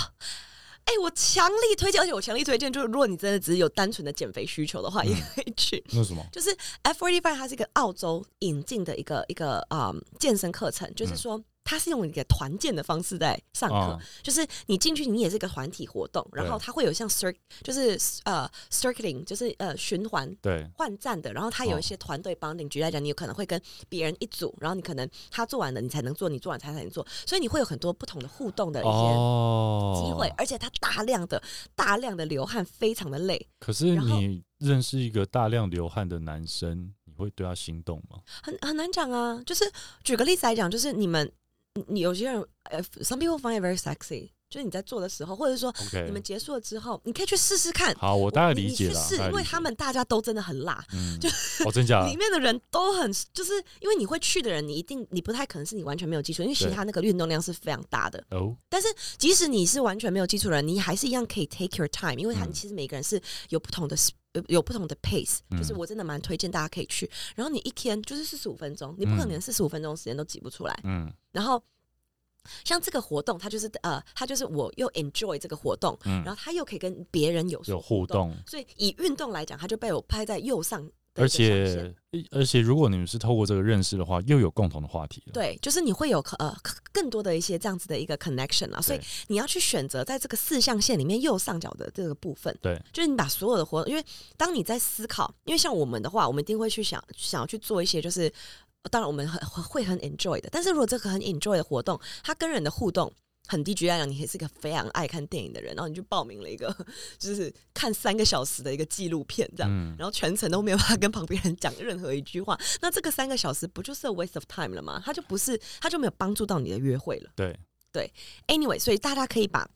S1: 哎、我强力推荐，而且我强力推荐，就是如果你真的只是有单纯的减肥需求的话，也可以去。
S2: 那是什么？
S1: 就是 F forty five，它是一个澳洲引进的一个一个啊、嗯健身课程，就是说它是用一个团建的方式在上课，
S2: 啊，
S1: 就是你进去，你也是一个团体活动，然后它会有像 cir 就是呃 circling，就是呃循环。
S2: 对，
S1: 换站的，然后它有一些团队 bonding，、举例来讲，你有可能会跟别人一组，然后你可能他做完了，你才能做，你做完才才能做，所以你会有很多不同的互动的一些
S2: 哦，
S1: 机会，而且它大量的大量的流汗，非常的累，
S2: 可是
S1: 然后
S2: 你认识一个大量流汗的男生，你会对他心动吗？
S1: 很很难讲啊。就是举个例子来讲，就是你们，你你有些人，呃，some people find it very sexy，就是你在做的时候，或者说
S2: OK
S1: 哦你们结束了之后，你可以去试试看。
S2: 好，我大概理解
S1: 你
S2: 了
S1: 你去，试，
S2: 大概
S1: 因为
S2: 理解
S1: 他们大家都真的很辣。
S2: 嗯，哦，真 假
S1: 里？面的人都很，就是因为你会去的人，你一定你不太可能是你完全没有基础，因为其实
S2: 对
S1: 他那个运动量是非常大的。
S2: 哦，
S1: 但是即使你是完全没有基础的人，你还是一样可以 take your time，因为他
S2: 嗯
S1: 其实每个人是有不同的 s- 有有不同的 pace，
S2: 嗯
S1: 就是我真的蛮推荐大家可以去。然后你一天就是四十五分钟，你不可能连四十五分钟时间都挤不出来。
S2: 嗯
S1: 然后像这个活动，它就是呃，它就是我又 enjoy 这个活动，
S2: 嗯，
S1: 然后它又可以跟别人有所
S2: 有互
S1: 动，
S2: 动，
S1: 所以以运动来讲，它就被我拍在右上的一
S2: 而
S1: 个象限。
S2: 且而且，如果你们是透过这个认识的话，又有共同的话题了。
S1: 对，就是你会有呃更多的一些这样子的一个 connection 啊，所以
S2: 对
S1: 你要去选择在这个四象限里面右上角的这个部分。
S2: 对，
S1: 就是你把所有的活动，因为当你在思考，因为像我们的话，我们一定会去想想要去做一些就是呃当然我们很 会很 enjoy 的。但是如果这个很 enjoy 的活动，它跟人的互动很低，举例来讲，你也是一个非常爱看电影的人，然后你就报名了一个 就是看三个小时的一个纪录片这样，
S2: 嗯，
S1: 然后全程都没有办法跟旁边人讲任何一句话，那这个三个小时不就是 a waste of time 了吗？它就不是，它就没有帮助到你的约会了。
S2: 对，
S1: Anyway，所以大家可以把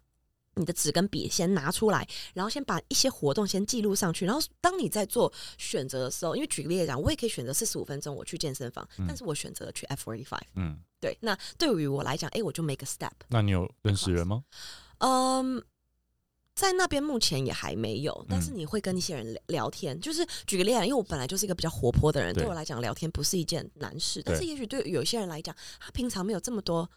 S1: 你的纸跟笔先拿出来，然后先把一些活动先记录上去。然后当你在做选择的时候，因为举个例来讲，我也可以选择四十五分钟我去健身房，
S2: 嗯
S1: 但是我选择了去 F forty five。
S2: 嗯，
S1: 对，那对于我来讲，哎，我就 make a step。
S2: 那你有认识人吗？
S1: 嗯，在那边目前也还没有，但是
S2: 嗯
S1: 你会跟一些人聊聊天。就是举个例来啊讲，因为我本来就是一个比较活泼的人，
S2: 对
S1: 对我来讲聊天不是一件难事。但
S2: 对
S1: 是也许对有些人来讲，他平常没有这么多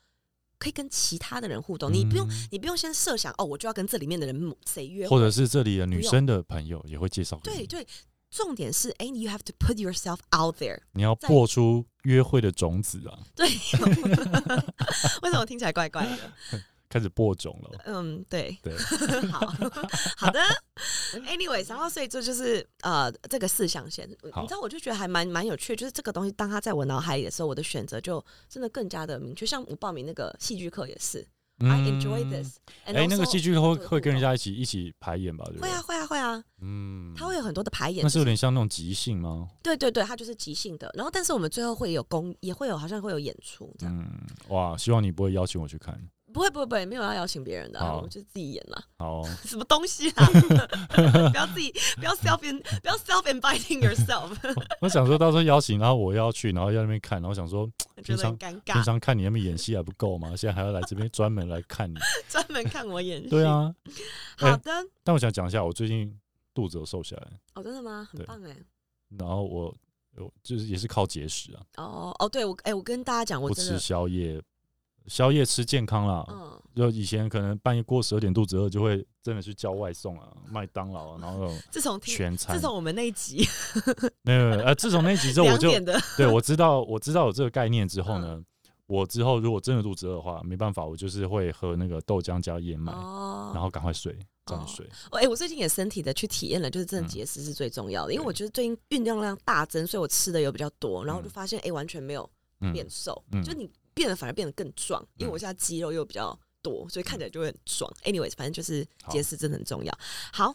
S1: 可以跟其他的人互动，你不用
S2: 嗯
S1: 你不用先设想哦，我就要跟这里面的人某谁约会。
S2: 或者是这里的女
S1: 不用
S2: 生的朋友也会介绍给
S1: 对
S2: 你，
S1: 对，重点是，哎、y o u have to put yourself out there
S2: 你要
S1: 在
S2: 播出约会的种子啊，
S1: 对，为什么听起来怪怪的？
S2: 开始播种了。
S1: 嗯，对，
S2: 对
S1: 好好的。Anyways，然后所以这就是呃这个四象限，
S2: 好
S1: 你知道我就觉得还蛮蛮有趣的，就是这个东西当它在我脑海里的时候，我的选择就真的更加的明确。像我报名那个戏剧课也是、i 呃
S2: 嗯
S1: enjoy this。
S2: 哎，那个戏剧会
S1: 对
S2: 会跟人
S1: 互动
S2: 家一起一起排演吧？对不
S1: 会
S2: 对？
S1: 啊会啊会啊，
S2: 嗯，
S1: 它会有很多的排演
S2: 那，是有点像那种即兴吗？
S1: 对对对，它就是即兴的。然后但是我们最后会有公，也会有好像会有演出这样。
S2: 嗯，哇，希望你不会邀请我去看。
S1: 不会不会不会，没有要邀请别人的、啊，我
S2: 好
S1: 就自己演啦。
S2: 好，哦
S1: 什么东西 啊？不要自己不要 self in 不要 self inviting yourself。
S2: 我想说到时候邀请，然后我要去，然后要那边看，然后 想说
S1: 觉得很尴
S2: 平
S1: 尬，
S2: 常看你那边演戏还不够吗？现在还要来这边专门来看你？
S1: 专门看我演戏。
S2: 对， 啊，哎
S1: 好的，
S2: 但我想讲一下，我最近肚子有瘦下来，
S1: 哦，真的吗？很
S2: 对
S1: 棒哎。
S2: 然后我我就是也是靠节食啊，
S1: 哦哦，对我哎，我跟大家讲，我
S2: 不
S1: 真
S2: 吃
S1: 的，
S2: 宵夜，宵夜吃健康啦。
S1: 嗯，
S2: 就以前可能半夜过十二点肚子饿，就会真的去叫外送啊，麦当劳啊，然后那种
S1: 自从 听，
S2: 全餐
S1: 自。从我们那一集
S2: 没有没有呃，自从那集 之后，我
S1: 两
S2: 就
S1: 点嗯的，
S2: 对我知道我知道有这个概念之后呢，我之后如果真的肚子饿的话，没办法，我就是会喝那个豆浆加燕麦，然
S1: 哦，
S2: 后赶快睡，早
S1: 哦
S2: 点睡。
S1: 哦哎，我最近也身体的去体验了，就是真的
S2: 嗯
S1: 节食是最重要的，因为
S2: 对
S1: 我觉得最近运动量大增，所以我吃的有比较多，然后我就
S2: 嗯
S1: 发现哎，完全没有
S2: 嗯，
S1: 变瘦
S2: 嗯，
S1: 就你变得反而变得更壮，因为
S2: 嗯
S1: 我现在肌肉又比较多，所以看起来就会很壮。Anyways，反正就是
S2: 好
S1: 节食真的很重要。好，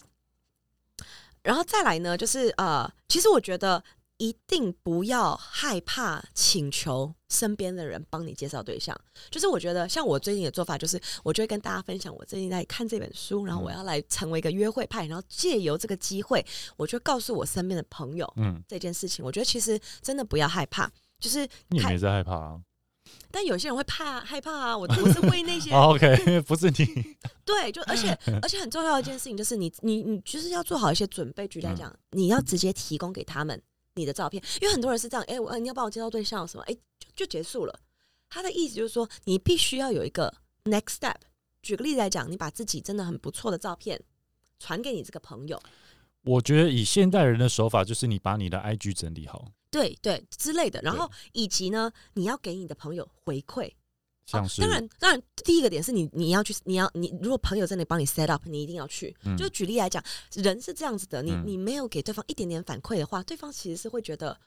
S1: 然后再来呢，就是呃，其实我觉得一定不要害怕请求身边的人帮你介绍对象。就是我觉得像我最近的做法，就是我就会跟大家分享我最近在看这本书，然后我
S2: 嗯
S1: 要来成为一个约会派，然后借由这个机会，我就告诉我身边的朋友
S2: 嗯，
S1: 这件事情。我觉得其实真的不要害怕。就是
S2: 你也
S1: 看
S2: 没在害怕 啊。
S1: 但有些人会怕害怕啊，我我是为 那些
S2: 啊 OK，不是你，
S1: 对，就而且而且很重要的一件事情就是你你你就是要做好一些准备。举例来
S2: 嗯
S1: 讲，你要直接提供给他们你的照片，因为很多人是这样，哎、我呃你要帮我介绍对象什么，哎、就就结束了。他的意思就是说，你必须要有一个 next step。举个例子来讲，你把自己真的很不错的照片传给你这个朋友，
S2: 我觉得以现代人的手法，就是你把你的 IG 整理好，
S1: 对对之类的，然
S2: 对
S1: 后以及呢，你要给你的朋友回馈，
S2: 像
S1: 哦
S2: 是
S1: 当然，当然，第一个点是你你要去，你要你如果朋友真的帮你 set up，你一定要去。
S2: 嗯
S1: 就举例来讲，人是这样子的，你
S2: 嗯
S1: 你没有给对方一点点反馈的话，对方其实是会觉得。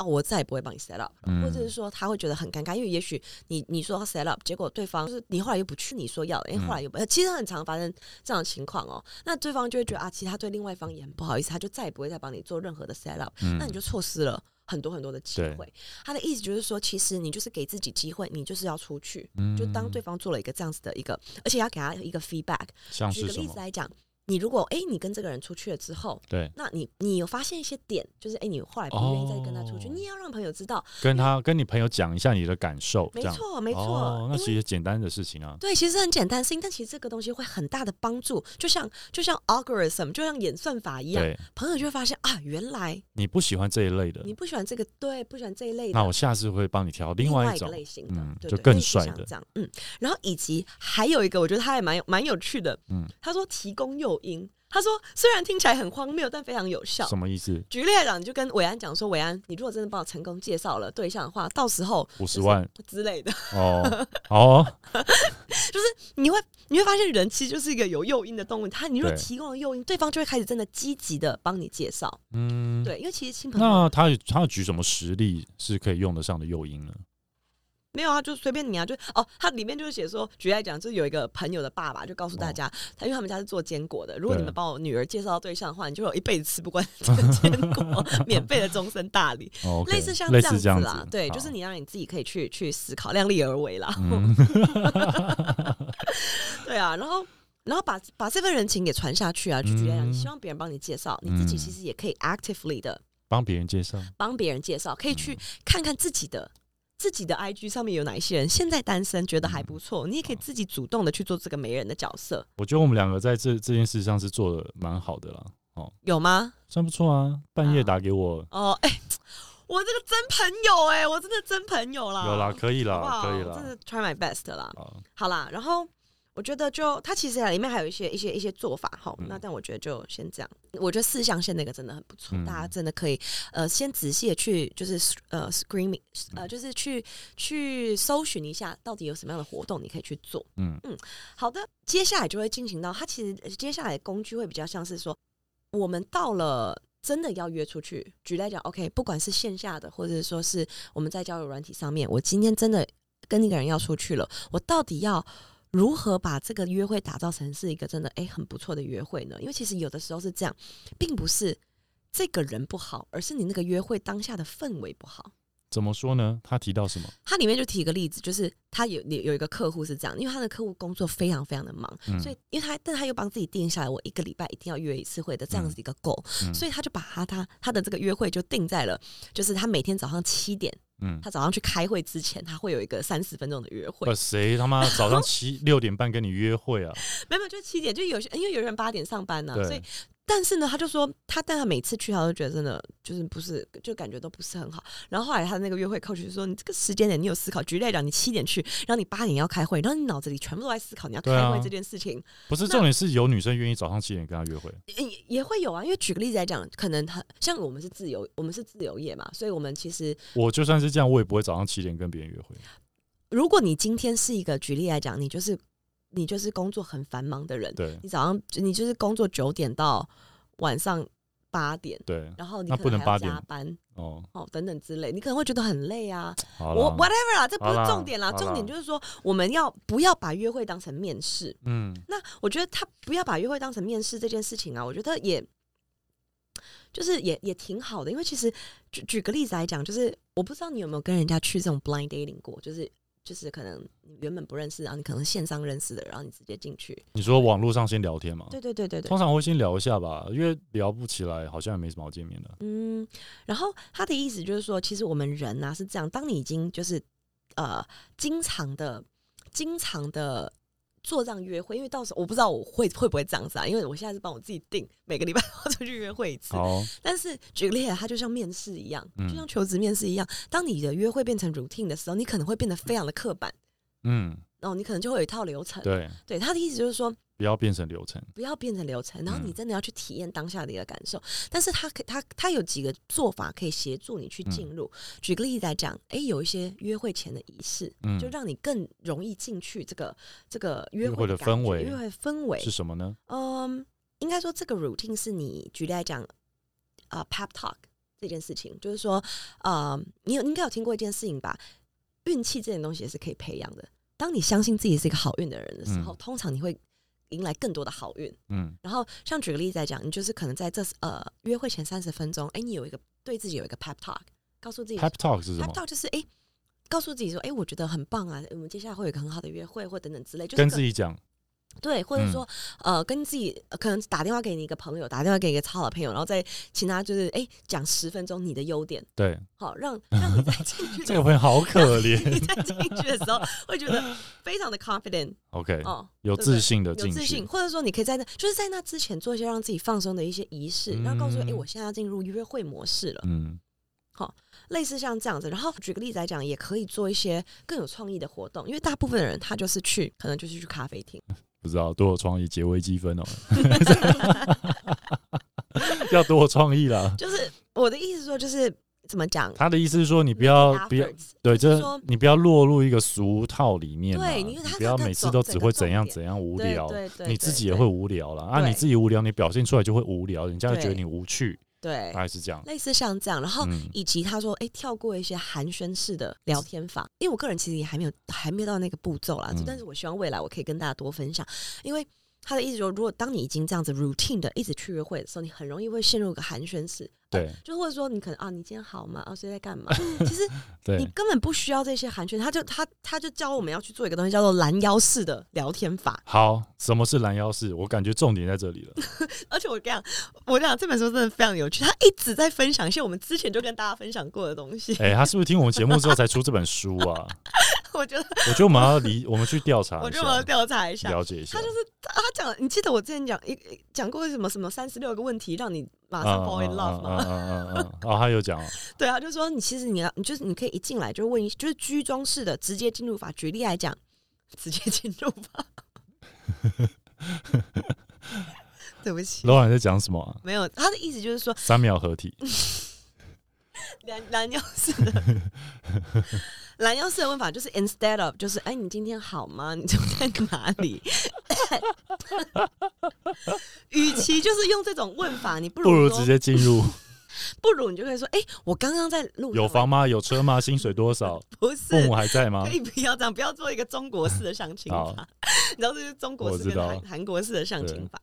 S1: 哦，我再也不会帮你 set up，
S2: 嗯
S1: 或者是说他会觉得很尴尬，因为也许你你说要 set up，结果对方就是你后来又不去你说要的，因为
S2: 嗯
S1: 后来又不，其实很常发生这样的情况哦。那对方就会觉得啊，其实他对另外一方也很不好意思，他就再也不会再帮你做任何的 set up，
S2: 嗯
S1: 那你就错失了很多很多的机
S2: 对
S1: 会。他的意思就是说，其实你就是给自己机会，你就是要出去，
S2: 嗯
S1: 就当对方做了一个这样子的一个，而且要给他一个 feedback。
S2: 像
S1: 举
S2: 是
S1: 个
S2: 什
S1: 例子
S2: 么？
S1: 来讲，你如果哎、诶你跟这个人出去了之后，
S2: 对，
S1: 那你你有发现一些点，就是哎、诶你后来不愿意再跟他出去，
S2: 哦
S1: 你也要让朋友知道，
S2: 跟他跟你朋友讲一下你的感受，
S1: 没
S2: 这样
S1: 错没错，
S2: 哦，那
S1: 因为
S2: 其实简单的事情啊，
S1: 对，其实很简单的事情，但其实这个东西会很大的帮助，就像就像 algorithm，就像演算法一样，
S2: 对，
S1: 朋友就会发现啊，原来
S2: 你不喜欢这一类的
S1: 你，不喜欢这个，对，不喜欢这一类的，
S2: 那我下次会帮你挑另
S1: 另
S2: 外
S1: 外
S2: 一
S1: 一个
S2: 种，
S1: 类型的，
S2: 嗯
S1: 对
S2: 就
S1: 对
S2: 更
S1: 类似
S2: 帅
S1: 像
S2: 的
S1: 这样，嗯，然后以及还有一个，我觉得他还蛮有蛮有趣的，
S2: 嗯
S1: 他说提供诱因，他说虽然听起来很荒谬，但非常有效。
S2: 什么意思？
S1: 举例来讲，你就跟伟安讲说，伟安，你如果真的帮我成功介绍了对象的话，到时候
S2: 五十万
S1: 之类的，
S2: 哦，好哦，
S1: 你会你会发现人其实就是一个有诱因的动物，他你如果
S2: 对
S1: 提供了诱因，对方就会开始真的积极的帮你介绍。
S2: 嗯，
S1: 对，因为其实亲朋
S2: 那他有他有举什么实例是可以用得上的诱因呢？
S1: 没有啊，就随便你啊，就哦，它里面就是写说，举例来讲，就是有一个朋友的爸爸就告诉大家，他因为他们家是做坚果的，如果
S2: 哦对
S1: 你们帮我女儿介绍到对象的话，你就有一辈子吃不惯这个坚 果，免费的终身大礼，
S2: 哦，OK，
S1: 类似像
S2: 类
S1: 样
S2: 似
S1: 子
S2: 这样
S1: 啦，对，就是你让你自己可以去去思考，量力而为啦，
S2: 好嗯，
S1: 对啊，然后。然后把把这份人情给传下去啊，就举例来讲，
S2: 嗯
S1: 你希望别人帮你介绍，你自己
S2: 嗯
S1: 其实也可以 actively 的
S2: 帮别人介绍，
S1: 帮别人介绍，可以去看看自己的。自己的 IG 上面有哪一些人现在单身，觉得还不错，你也可以自己主动的去做这个媒人的角色，
S2: 我觉得我们两个在这这件事上是做的蛮好的啦，哦，
S1: 有吗？
S2: 算不错啊，半夜
S1: 啊
S2: 打给我，
S1: 哦，哎、我这个真朋友哎、我真的真朋友啦，
S2: 有啦，可以
S1: 好不
S2: 啦，
S1: 好
S2: 可以
S1: 我真
S2: 啦，
S1: 的 try my best 啦。
S2: 好，
S1: 好啦，然后我觉得就它其实里面还有一些一些一些做法哈、
S2: 嗯
S1: 那但我觉得就先这样。我觉得四象限那个真的很不错，
S2: 嗯
S1: 大家真的可以呃先仔细的去就是呃 screaming 呃就是去去搜寻一下到底有什么样的活动你可以去做。
S2: 嗯
S1: 好的，接下来就会进行到它其实呃接下来工具会比较像是说我们到了。真的要约出去，举例来讲，OK，不管是线下的，或者说是我们在交友软体上面，我今天真的跟那个人要出去了，我到底要如何把这个约会打造成是一个真的诶很不错的约会呢？因为其实有的时候是这样，并不是这个人不好，而是你那个约会当下的氛围不好。
S2: 怎么说呢？他提到什么？
S1: 它里面就提一个例子，就是他有有有一个客户是这样，因为他的客户工作非常非常的忙，
S2: 嗯
S1: 所以因为他但他又帮自己定下来，我一个礼拜一定要约一次会的这样子一个 goal，、
S2: 嗯
S1: 所以他就把他他他的这个约会就定在了，就是他每天早上七点，
S2: 嗯，
S1: 他早上去开会之前，他会有一个三十分钟的约会
S2: 呃，。谁他妈早上七六点半跟你约会啊？
S1: 没有，没有就七点，就有些因为有人八点上班呢、啊所以
S2: 对，
S1: 但是呢，他就说他，但他每次去，他都觉得真的就是不是，就感觉都不是很好。然后后来他那个约会 coach 就说，你这个时间点你有思考，举例来讲，你七点去，然后你八点要开会，然后你脑子里全部都在思考你要
S2: 对
S1: 开
S2: 啊
S1: 会这件事情，
S2: 不是重点是有女生愿意早上七点跟他约会，
S1: 也也会有啊。因为举个例子来讲，可能很像我们是自由，我们是自由业嘛，所以我们其实
S2: 我就算是这样，我也不会早上七点跟别人约会。
S1: 如果你今天是一个举例来讲，你就是你就是工作很繁忙的人，
S2: 对
S1: 你早上你就是工作九点到晚上八点，
S2: 对，
S1: 然后你
S2: 那
S1: 可
S2: 不能
S1: 还要
S2: 8点
S1: 加班
S2: 哦，
S1: 哦等等之类，你可能会觉得很累啊。
S2: 好
S1: 我
S2: 啦
S1: whatever 啦，这不是
S2: 好啦
S1: 重点啦，
S2: 好啦
S1: 重点就是说我们要不要把约会当成面试？
S2: 嗯，
S1: 那我觉得他不要把约会当成面试这件事情啊，我觉得也就是也也挺好的，因为其实举举个例子来讲，就是我不知道你有没有跟人家去这种 blind dating 过，就是。就是可能你原本不认识，然后你可能线上认识的，然后你直接进去。
S2: 你说网络上先聊天嘛？
S1: 对对对对对
S2: 通，常会先聊一下吧，因为聊不起来，好像也没什么好见面的。
S1: 嗯，然后他的意思就是说，其实我们人呐、是这样，当你已经就是呃经常的、经常的做这样约会，因为到时候我不知道我会会不会这样子啊，因为我现在是帮我自己定，每个礼拜 要出去约会一次。
S2: 好，
S1: 但是举个例子，它就像面试一样，
S2: 嗯
S1: 就像求职面试一样，当你的约会变成 routine 的时候，你可能会变得非常的刻板，
S2: 嗯，
S1: 然后你可能就会有一套流程。
S2: 对，
S1: 对，他的意思就是说，
S2: 不要变成流程。
S1: 不要变成流程，然后你
S2: 嗯
S1: 真的要去体验当下的一个感受。但是它可它它有几个做法可以协助你去进入。举个例子来讲，诶，有一些约会前的仪式，
S2: 嗯
S1: 就，让你更容易进去这个这个约
S2: 约会的
S1: 感觉
S2: 氛围
S1: 约会氛围
S2: 是，什么呢？
S1: 嗯，应该说这个 routine 是你举例来讲，啊、p e p talk 这件事情，就是说，呃，你有你应该有听过一件事情吧？运气这件东西也是可以培养的。当你相信自己是一个好运的人的时候，
S2: 嗯
S1: 通常你会迎来更多的好运。
S2: 嗯
S1: 然后像举个例子来讲，你就是可能在这呃约会前三十分钟，哎，你有一个对自己有一个 pep talk，告诉自己
S2: ，pep talk 是什
S1: pep
S2: 么？
S1: talk 就是哎，告诉自己说，哎，我觉得很棒啊，我们接下来会有一个很好的约会或等等之类，就是
S2: 跟
S1: 可
S2: 自己嗯讲，
S1: 对，或者说、呃跟自己、呃可能打电话给你一个朋友，打电话给一个超好的朋友，然后再请他就是哎讲十分钟你的优点，
S2: 对，
S1: 好让让你在进去的
S2: 这个朋友好可怜。
S1: 你在进去的时候会觉得非常的 confident
S2: OK，
S1: 哦，
S2: 有
S1: 对不
S2: 自
S1: 对
S2: 信的
S1: 有
S2: 进
S1: 自信，
S2: 去。
S1: 或者说你可以在那，就是在那之前做一些让自己放松的一些仪式，
S2: 嗯
S1: 然后告诉哎、诶我现在要进入约会模式了。
S2: 嗯，
S1: 好、类似像这样子。然后举个例子来讲，也可以做一些更有创意的活动，因为大部分的人他就是去，可能就是去咖啡厅。
S2: 不知道多有创意，结微积分哦， 要多有创意啦。
S1: 就是我的意思说，就是怎么讲？
S2: 他的意思是说，你不要
S1: Make
S2: 不要
S1: efforts
S2: 对，
S1: 就是
S2: 这
S1: 说
S2: 你不要落入一个俗套里面嘛。
S1: 对
S2: 你
S1: 因为它
S2: 不要
S1: 它它
S2: 每次
S1: 总
S2: 都
S1: 整
S2: 只
S1: 个
S2: 会
S1: 重
S2: 怎样
S1: 点
S2: 怎样无
S1: 对
S2: 聊，
S1: 对对，
S2: 你自己也会无聊啦。啊，你
S1: 对
S2: 自己无聊，你表现出来就会无聊，人家会觉得
S1: 对
S2: 你无趣，
S1: 对
S2: 大概是这样。
S1: 类似像这样，然后。
S2: 嗯，
S1: 以及他说，哎、跳过一些寒暄式的聊天法，因为我个人其实也还没有还没有到那个步骤啦，
S2: 嗯
S1: 但是我希望未来我可以跟大家多分享，因为他的意思说，如果当你已经这样子 routine 的一直去约会的时候，你很容易会陷入一个寒暄式，
S2: 对
S1: 就或者说你可能啊，你今天好吗？啊，谁在 干嘛？其实你
S2: 对
S1: 根本不需要这些寒暄，他就他他就教我们要去做一个东西叫做拦腰式的聊天法，
S2: 好，什么是拦腰式？我感觉重点在这里了。
S1: 而且我跟你讲，我跟你讲这本书真的非常有趣，他一直在分享一些我们之前就跟大家分享过的东西，
S2: 哎、他是不是听我们节目之后才出这本书啊？
S1: 我觉得
S2: 我觉得我们要离，我们去调查
S1: 我
S2: 一
S1: 就我要
S2: 下，
S1: 调查一下。
S2: 了解一下
S1: 他。就是他讲了，你记得我之前讲一一讲过什么什么三十六个问题让你马上 fall in love 吗？
S2: 嗯嗯嗯嗯嗯嗯哦，他有讲哦，
S1: 对啊，就说你其实你要，你就是你可以一进来就问一，就是居中式的直接进入法。举例来讲，直接进入法。对不起，
S2: 罗兰在讲什么啊、
S1: 没有他的意思就是说
S2: 三秒合体，
S1: 拦拦腰式的 拦腰式的问法就是 instead of 就是哎你今天好吗？ 你就在哪里？ 与其就是用这种问法，你不
S2: 不
S1: 如
S2: 如
S1: 说
S2: 直接进入。
S1: 不如你就可以说哎、我刚刚在路上
S2: 有房吗？有车吗？薪水多少？
S1: 不
S2: 父
S1: 是
S2: 母还在吗
S1: 可？以不要这样，不要做一个中国式的相亲
S2: 好
S1: 法。你知道这是中国
S2: 我
S1: 式
S2: 知
S1: 跟
S2: 道
S1: 韩韩国式的相亲
S2: 对
S1: 法。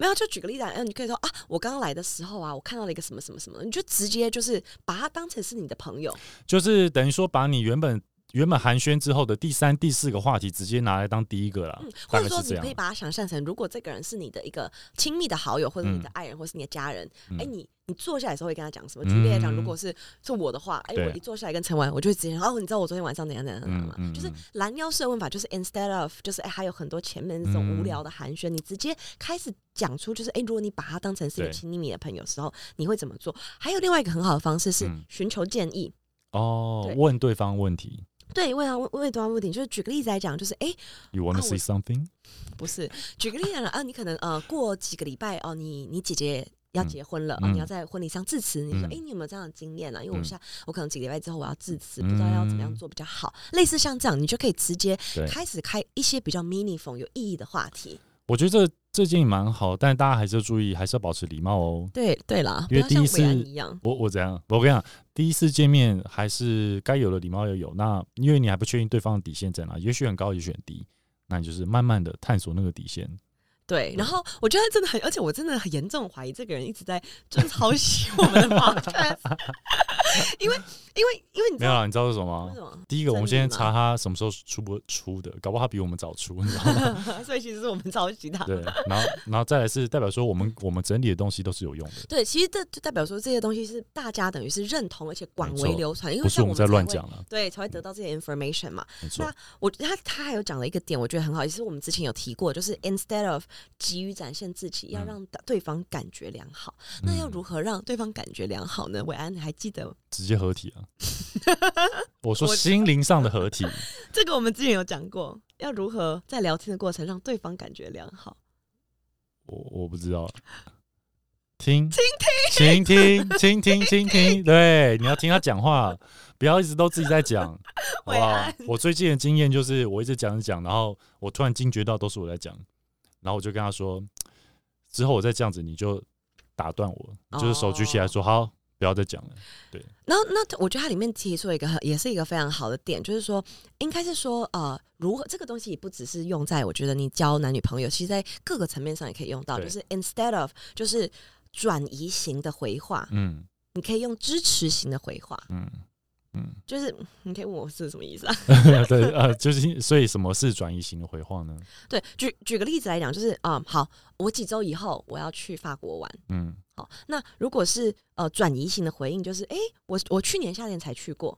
S1: 没有，就举个例子来，嗯，你可以说啊，我刚来的时候啊，我看到了一个什么什么什么，你就直接就是把他当成是你的朋友，
S2: 就是等于说把你原本原本寒暄之后的第三、第四个话题直接拿来当第一个啦，
S1: 或
S2: 大
S1: 者
S2: 概
S1: 说
S2: 是
S1: 你
S2: 这
S1: 可以
S2: 样。
S1: 把它想象成，如果这个人是你的一个亲密的好友，或者你的爱人，或是你的家人，
S2: 嗯
S1: 哎、你你坐下来的时候会跟他讲什么？举例来讲，
S2: 嗯
S1: 如果是是我的话，哎、
S2: 对
S1: 我一坐下来跟陈婉，我就会直接说，哦，你知道我昨天晚上怎样怎样怎样
S2: 嗯
S1: 吗？
S2: 嗯
S1: 就是
S2: 嗯
S1: 拦腰式的问法，就是 instead of，就是哎、还有很多前面那种
S2: 嗯
S1: 无聊的寒暄，你直接开始讲出，就是哎、如果你把他当成是你
S2: 对
S1: 亲密的朋友的时候，你会怎么做？还有另外一个很好的方式是
S2: 嗯
S1: 寻求建议。
S2: 哦
S1: 对，
S2: 问对方问题
S1: 对，为了为对方目的，就是举个例子来讲，就是哎、
S2: ，You wanna
S1: 啊我
S2: see something？
S1: 不是，举个例子啊，你可能呃，过几个礼拜哦，你你姐姐要
S2: 嗯
S1: 结婚了、哦，
S2: 嗯
S1: 你要在婚礼上致辞，你说
S2: 嗯
S1: 哎、诶你有没有这样的经验呢、啊？因为我
S2: 嗯
S1: 下我可能几个礼拜之后我要致辞，不知道要怎么样做比较好。类似像这样，你就可以直接
S2: 对
S1: 开始开一些比较 meaningful 有意义的话题。
S2: 我觉得这这建议蛮好，但大家还是要注意，还是要保持礼貌哦。
S1: 对对啦，不
S2: 因为
S1: 要
S2: 第
S1: 像
S2: 一
S1: 伟安
S2: 次
S1: 一样，
S2: 我我怎样？我跟你讲，第一次见面还是该有的礼貌要有。那因为你还不确定对方的底线在哪，也许很高，也许很低，那你就是慢慢的探索那个底线。
S1: 对。然后我觉得真的很，而且我真的很严重怀疑这个人一直在就是抄袭我们的 podcast，因为因为因为你知
S2: 没有
S1: 道
S2: 啦，你知道是什么
S1: 为
S2: 吗
S1: 什？么？
S2: 第一个，我们
S1: 真理
S2: 先
S1: 吗
S2: 查他什么时候出不出的，搞不好他比我们早出，你知道吗？
S1: 所以其实是我们抄袭他。
S2: 对，然后然后再来是代表说我们我们整理的东西都是有用的，
S1: 对，其实这就代表说这些东西是大家等于是认同，而且广
S2: 没
S1: 为
S2: 错
S1: 流传，因为
S2: 不是
S1: 像
S2: 我们在乱
S1: 才会。
S2: 讲了，
S1: 对，才会得到这些 information 嘛。
S2: 没错
S1: 那，我他他还有讲了一个点，我觉得很好，也是我们之前有提过，就是 instead of 急于展现自己，要
S2: 嗯
S1: 让对方感觉良好。那要
S2: 嗯
S1: 如何让对方感觉良好呢？伟安，你还记得
S2: 直接 合体啊！我说
S1: 我
S2: 心灵上的合体，
S1: 这个？我们之前有讲过，要如何在聊天的过程让对方感觉良好。
S2: 我我不知道，听 倾听倾听倾听倾听，对，你要听他讲话，不要一直都自己在 讲，好不
S1: 伟
S2: 好
S1: 岸？
S2: 我最近的经验就是，我一直讲着讲，然后我突然惊觉到都是我在讲，然后我就跟他说，之后我再这样子，你就打断我，就是手举起来说，好，不要再讲了。
S1: 然后，那我觉得它里面提出了一个很，也是一个非常好的点，就是说，应该是说，呃，如何这个东西也不只是用在我觉得你交男女朋友，其实在各个层面上也可以用到，
S2: 对
S1: 就是 instead of 就是转移型的回话，
S2: 嗯
S1: 你可以用支持型的回话，
S2: 嗯嗯，
S1: 就是嗯你可以问我是什么意思啊？
S2: 对，呃，就是所以什么是转移型的回话呢？
S1: 对，举举个例子来讲，就是啊、嗯好，我几周以后我要去法国玩。
S2: 嗯，
S1: 好，那如果是呃转移型的回应，就是诶，我我去年夏天才去过，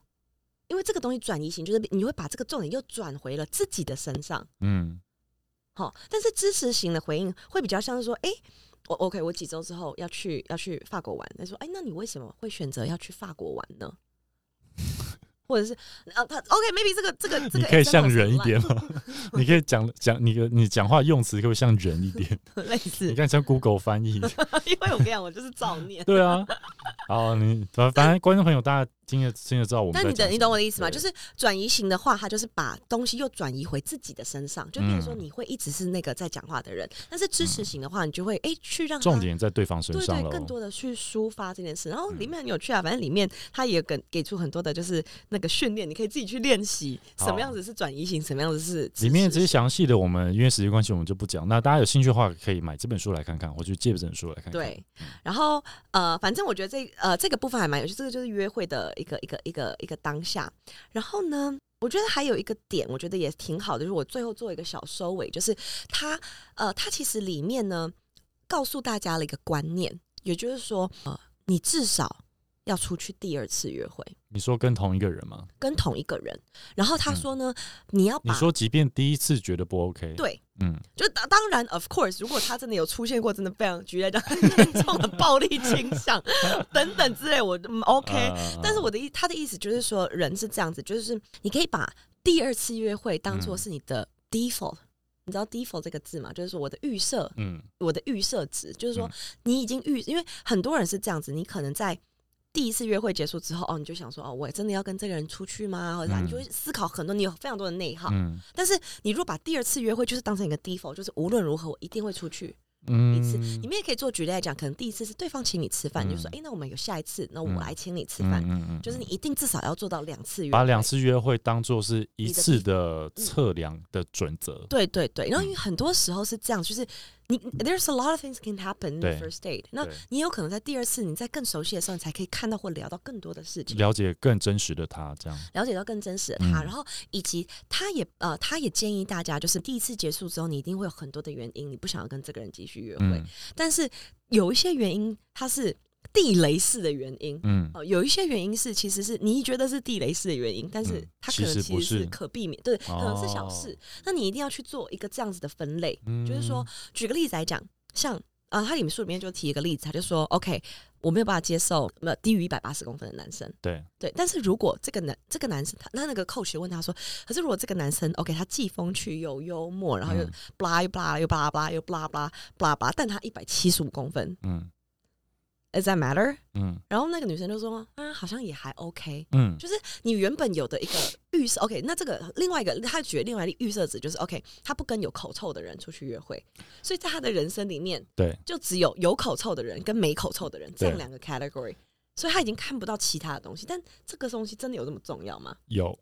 S1: 因为这个东西转移型就是你会把这个重点又转回了自己的身上，
S2: 嗯，
S1: 好，但是支持型的回应会比较像是说，诶，我 OK，我几周之后要去要去法国玩，他说，哎，那你为什么会选择要去法国玩呢？ 或者是啊，他 OK，maybe、这个这个这
S2: 你
S1: 个
S2: 可以
S1: example
S2: 像
S1: 是
S2: 人
S1: 很
S2: 一
S1: 烂
S2: 点吗？ 你可以讲讲你的你讲话用词可不可以像人一 点？
S1: 的，类
S2: 你
S1: 似，
S2: 看像 Google 翻译，
S1: 因为我跟你讲，我就是造孽。
S2: 对啊。好，你反反正观众朋友大家听得听得知道我们在
S1: 但
S2: 讲
S1: 你
S2: 什么。
S1: 懂你懂我的意思吗？
S2: 对
S1: 就是转移型的话，他就是把东西又转移回自己的身上，就比如说
S2: 嗯
S1: 你会一直是那个在讲话的人，但是支持型的话，你就会哎、去让他
S2: 重点在对方身
S1: 对
S2: 上
S1: 对
S2: 了。哦
S1: 更多的去抒发这件事。然后里面很有趣啊，反正里面他也给给出很多的就是那个训练，你可以自己去练习
S2: 好
S1: 什么样子是转移型，什么样子是支持
S2: 里面这些
S1: 型
S2: 详细的，我们因为时间关系，我们就不讲。那大家有兴趣的话，可以买这本书来看看，或去借这本书来看看。，
S1: 对，然后呃，反正我觉得这呃这个部分还蛮有趣，这个就是约会的一个一个一个一个当下。然后呢，我觉得还有一个点，我觉得也挺好的，就是我最后做一个小收尾，就是它呃它其实里面呢告诉大家了一个观念，也就是说呃你至少要出去第二次约会。
S2: 你说跟同一个人吗？
S1: 跟同一个人，然后他
S2: 嗯
S1: 说呢，你要
S2: 你
S1: 把
S2: 说即便第一次觉得不 OK，，
S1: 对
S2: 嗯，
S1: 就当当然，of course，如果他真的有出现过真的非常举例讲严重的暴力倾向等等之类，我 嗯 OK、
S2: 呃
S1: 但是我的意他的意思就是说，人是这样子，就是你可以把第二次约会当做
S2: 嗯
S1: 是你的 default，、你知道 default 这个字吗？就是说我的预设，
S2: 嗯，
S1: 我的预设值，就是说
S2: 嗯
S1: 你已经预，因为很多人是这样子，你可能在。第一次约会结束之后，哦，你就想说，哦，我真的要跟这个人出去吗？或者啥，
S2: 嗯
S1: 你就会思考很多，你有非常多的内耗。
S2: 嗯
S1: 但是你如果把第二次约会就是当成一个 default，就是无论如何我一定会出去。
S2: 嗯，
S1: 一次你们也可以做举例来讲，可能第一次是对方请你吃饭，你就说
S2: 嗯
S1: 哎、诶那我们有下一次，那我
S2: 嗯
S1: 来请你吃
S2: 嗯
S1: 饭。
S2: 嗯嗯，
S1: 就是你一定至少要做到两次约会，
S2: 把两次约会当做是一
S1: 你的
S2: 次
S1: 第嗯
S2: 的测量的准则。
S1: 对对对，然后因为很多时候是这样，就是你 there's a lot of things can happen in the
S2: 对
S1: first date。那
S2: 对
S1: 你有可能在第二次，你在更熟悉的时候，你才可以看到或聊到更多的事情，
S2: 了解更真实的他，这样
S1: 了解到更真实的他。
S2: 嗯
S1: 然后以及他也呃，他也建议大家，就是第一次结束之后，你一定会有很多的原因，你不想要跟这个人继续约会。
S2: 嗯
S1: 但是有一些原因它是地雷式的原因。
S2: 嗯，
S1: 哦，有一些原因是，其实是你觉得是地雷式的原因，但是
S2: 嗯
S1: 它
S2: 其
S1: 可能
S2: 实
S1: 其
S2: 不
S1: 实是
S2: 是
S1: 可避免，对，可能是小
S2: 哦
S1: 事。那你一定要去做一个这样子的分类，
S2: 嗯
S1: 就是说，举个例子来讲，像啊，他里面书里面就提一个例子，他就说，OK，我没有办法接受呃低于一百八十公分的男生，
S2: 对，
S1: 对。但是如果这个男这个男生，他那那个 coach 问他说，可是如果这个男生 OK，他既风趣又幽默，然后又
S2: 嗯
S1: blah 又 blah 又 blah blah 又 blah blah blah blah，但他一百七十五公分
S2: 嗯
S1: ，Does that matter？
S2: 嗯
S1: 然后那个女生就说，嗯，好像也还 OK。
S2: 嗯
S1: 就是你原本有的一个预设，OK，那这个另外一个他举的另外一个预设值就是 OK，他不跟有口臭的人出去约会，所以在他的人生里面，
S2: 对，
S1: 就只有有口臭的人跟没口臭的人这
S2: 对
S1: 样两个 category，所以他已经看不到其他的东西。但这个东西真的有这么重要吗？
S2: 有，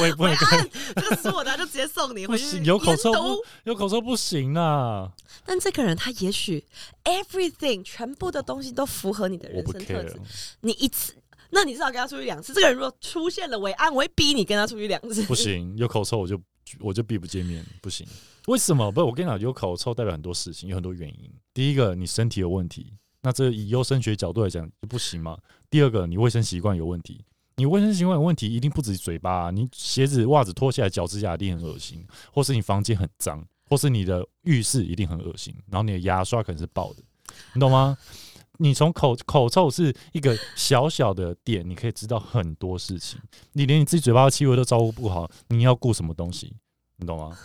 S2: 我也不
S1: 伟
S2: 能
S1: 安，这个是我的啊，就直接送你回
S2: 不
S1: 去
S2: 行。有口
S1: 烟
S2: 臭不
S1: 斗
S2: 有口说不行啊，
S1: 但这个人他也许 everything 全部的东西都符合你的
S2: 我
S1: 人
S2: 不
S1: 生特质
S2: care，，
S1: 你一次。那你至少跟他出去两次。这个人如果出现了伟岸，我会逼你跟他出去两 次。
S2: 不行，有口臭我就我就避不见面，不行。为什么？不，我跟你讲，有口臭代表很多事情，有很多原因。第一个，你身体有问题，那这以优生学角度来讲就不行嘛。第二个，你卫生习惯有问题，你卫生习惯有问题，一定不止嘴巴、啊，你鞋子、袜子脱下来，脚趾甲一定很恶心，或是你房间很脏，或是你的浴室一定很恶心，然后你的牙刷可能是爆的，你懂吗？你从口口臭是一个小小的点，你可以知道很多事情。你连你自己嘴巴的气味都照顾不好，你要顾什么东西？你懂吗？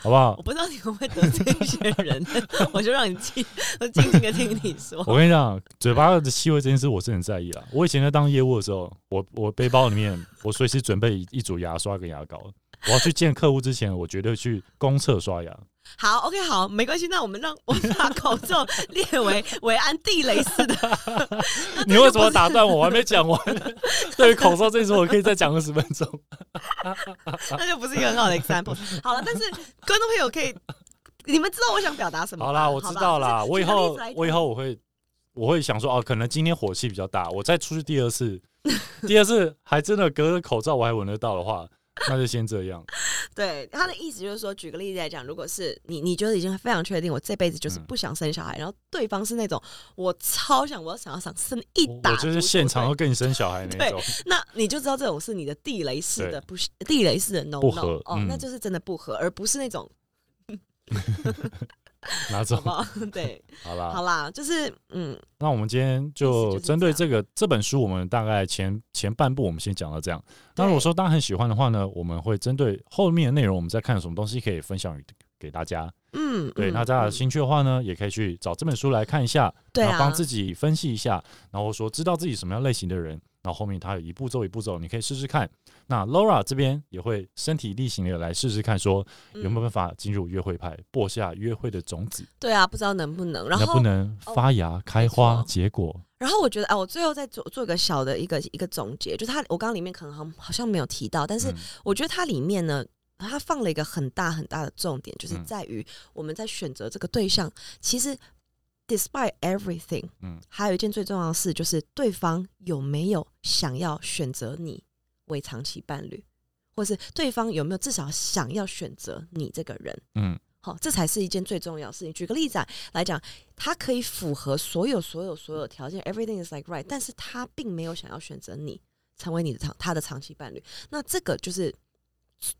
S2: 好不好
S1: 我？不知道你会不会得罪一些人， 我就让你静，我静静的听你说。
S2: 我跟你讲，嘴巴的气味这件事我是很在意啦。啊我以前在当业务的时候，我我背包里面我随时准备一一组牙刷跟牙膏。我要去见客户之前，我绝对去公厕刷牙。
S1: 好，OK，好，没关系。那我们让 我们把口罩列为为安地雷似 的。
S2: 你为什么打断我？我还没讲完。对于口罩这件事，我可以再讲二十分 钟。
S1: 那就不是一个很好的 example。好了，但是观众朋友可以，你们知道我想表达什么吧？
S2: 好啦，我知
S1: 好吧
S2: 道啦。
S1: 就是
S2: 我以
S1: 举个例
S2: 后
S1: 子来讲
S2: 我以后我会我会想说，哦，可能今天火气比较大，我再出去第 二次，第二次还真的隔着口罩我还闻得到的话，那就先这样。
S1: 对他的意思就是说，举个例子来讲，如果是你，你觉得已经非常确定，我这辈子就是
S2: 嗯
S1: 不想生小孩，然后对方是那种我超想，我想要想生 一
S2: 我
S1: 打
S2: 我
S1: 足球
S2: 就
S1: 队，
S2: 是现场要跟你生小孩那
S1: 对
S2: 种。
S1: 那你就知道这种是你的地雷式的
S2: 对
S1: 不是地雷式的 no
S2: 不
S1: no
S2: 合
S1: 哦，
S2: 嗯
S1: 那就是真的不合，而不是那种
S2: 拿
S1: 好
S2: 走
S1: 不。好？ 对，
S2: 好啦，
S1: 好啦，就是嗯，
S2: 那我们今天
S1: 意思就
S2: 就
S1: 是
S2: 针对
S1: 这
S2: 这个这本书，我们大概前前半部我们先讲到这样。那如果说大家很喜欢的话呢，我们会针对后面的内容，我们再看有什么东西可以分享给大家。
S1: 嗯，
S2: 对，
S1: 嗯
S2: 那大家有
S1: 嗯
S2: 兴趣的话呢，也可以去找这本书来看一下，
S1: 对
S2: 然
S1: 啊，
S2: 后帮自己分析一下，然后说知道自己什么样类型的人，然后后面它有一步骤一步骤，你可以试试看。那 Laura 这边也会身体力行的来试试看，说有没有
S1: 嗯
S2: 办法进入约会派，播下约会的种子，
S1: 对啊，不知道能不能，然
S2: 能
S1: 后
S2: 不能
S1: 哦
S2: 发芽、开
S1: 没
S2: 花、
S1: 错
S2: 结果？
S1: 然后我觉得，哎、我最后再做做一个小的一个一个总结，就是它，我刚刚里面可能好像好像没有提到，但是
S2: 嗯
S1: 我觉得它里面呢，它放了一个很大很大的重点，就是
S2: 嗯
S1: 在于我们在选择这个对象，其实 despite everything，
S2: 嗯
S1: 还有一件最重要的事就是对方有没有想要选择你为长期伴侣，或是对方有没有至少想要选择你这个人。
S2: 嗯
S1: 好，这才是一件最重要的事情。举个例子啊来讲，他可以符合所有、所有、所有条件，everything is like right，但是他并没有想要选择你成为你的长他的长期伴侣，那这个就是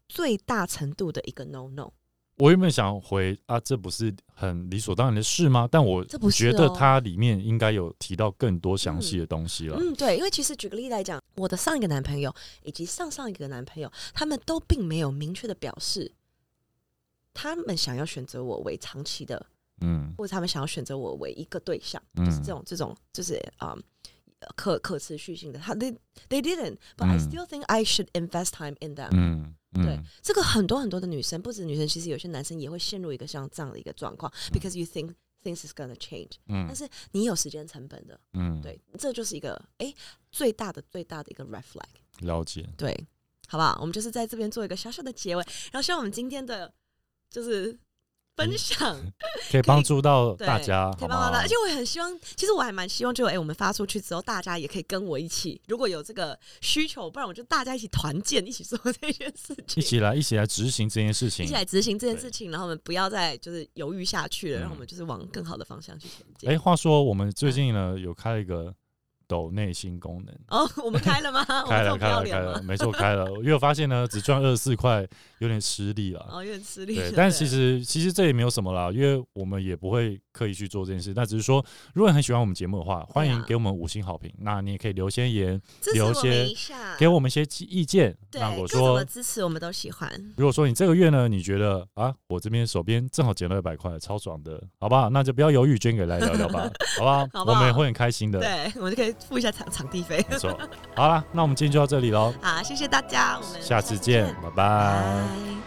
S1: 最大程度的一个 no no。
S2: 我原本想回啊，这不是很理所当然的事吗？但我
S1: 这不是
S2: 觉得
S1: 哦
S2: 它里面应该有提到更多详细的东西了。
S1: 嗯，对，因为其实举个例来讲，我的上一个男朋友以及上上一个男朋友，他们都并没有明确的表示他们想要选择我为长期的，
S2: 嗯
S1: 或者他们想要选择我为一个对象。
S2: 嗯，
S1: 就是这种这种就是啊、嗯可可持续性的。他 they they didn't，but、I
S2: 嗯
S1: still think I should invest time in them、
S2: 嗯嗯
S1: 对，这个很多很多的女生，不止女生，其实有些男生也会陷入一个像这样的一个状况、b e c a u s e you think things is gonna change，
S2: 嗯
S1: 但是你有时间成本的，
S2: 嗯，
S1: 对，这就是一个哎、最大的最大的一个 red flag，
S2: 了解。
S1: 对，好不好？我们就是在这边做一个小小的结尾，然后希望我们今天的就是
S2: 哎
S1: 分享。
S2: 可以帮助到
S1: 对
S2: 大家，
S1: 可
S2: 好
S1: 以
S2: 吗？
S1: 帮到大家，而且我也很希望，其实我还蛮希望就，诶我们发出去之后，大家也可以跟我一起，如果有这个需求，不然我就大家一起团建，一起做这件事情，
S2: 一起来，一起来执行这件事情
S1: 一起。来执行这件
S2: 对
S1: 事情，然后我们不要再就是犹豫下去了，
S2: 嗯
S1: 让我们就是往更好的方向去前进。
S2: 哎、话说我们最近呢有开了一个抖内新功能，
S1: 哦，我们开了 吗？我
S2: 开
S1: 们这么
S2: 了，
S1: 啊不
S2: 开
S1: 要
S2: 了，
S1: 脸
S2: 开了，
S1: 吗？
S2: 没错，开了。因为我发 现呢，只赚二十四块，有点吃力了。
S1: 哦，有点吃力。
S2: 对
S1: 了，
S2: 但其实其实这也没有什么啦，因为我们也不会刻意去做这件事。那只是说，如果你很喜欢我们节目的话，欢
S1: 对啊
S2: 迎给我们五星好评。那你也可以留些言，
S1: 支持
S2: 留
S1: 我们
S2: 些
S1: 一下，
S2: 给我们一些意见。
S1: 啊对
S2: 那
S1: 各
S2: 我
S1: 种
S2: 说
S1: 的，支持，我们都喜欢。
S2: 如果说你这个月呢，你觉得啊，我这边手边正好捡了二百块，超爽的，好不好？那就不要犹豫，捐给来聊 聊吧，好不好？
S1: 好不好
S2: 我们也会很开心的。
S1: 对，我们就可以付一下场场地费。
S2: 没错。好啦，那我们今天就到这里喽，
S1: 好，谢谢大家，我们
S2: 下次见，拜拜
S1: 拜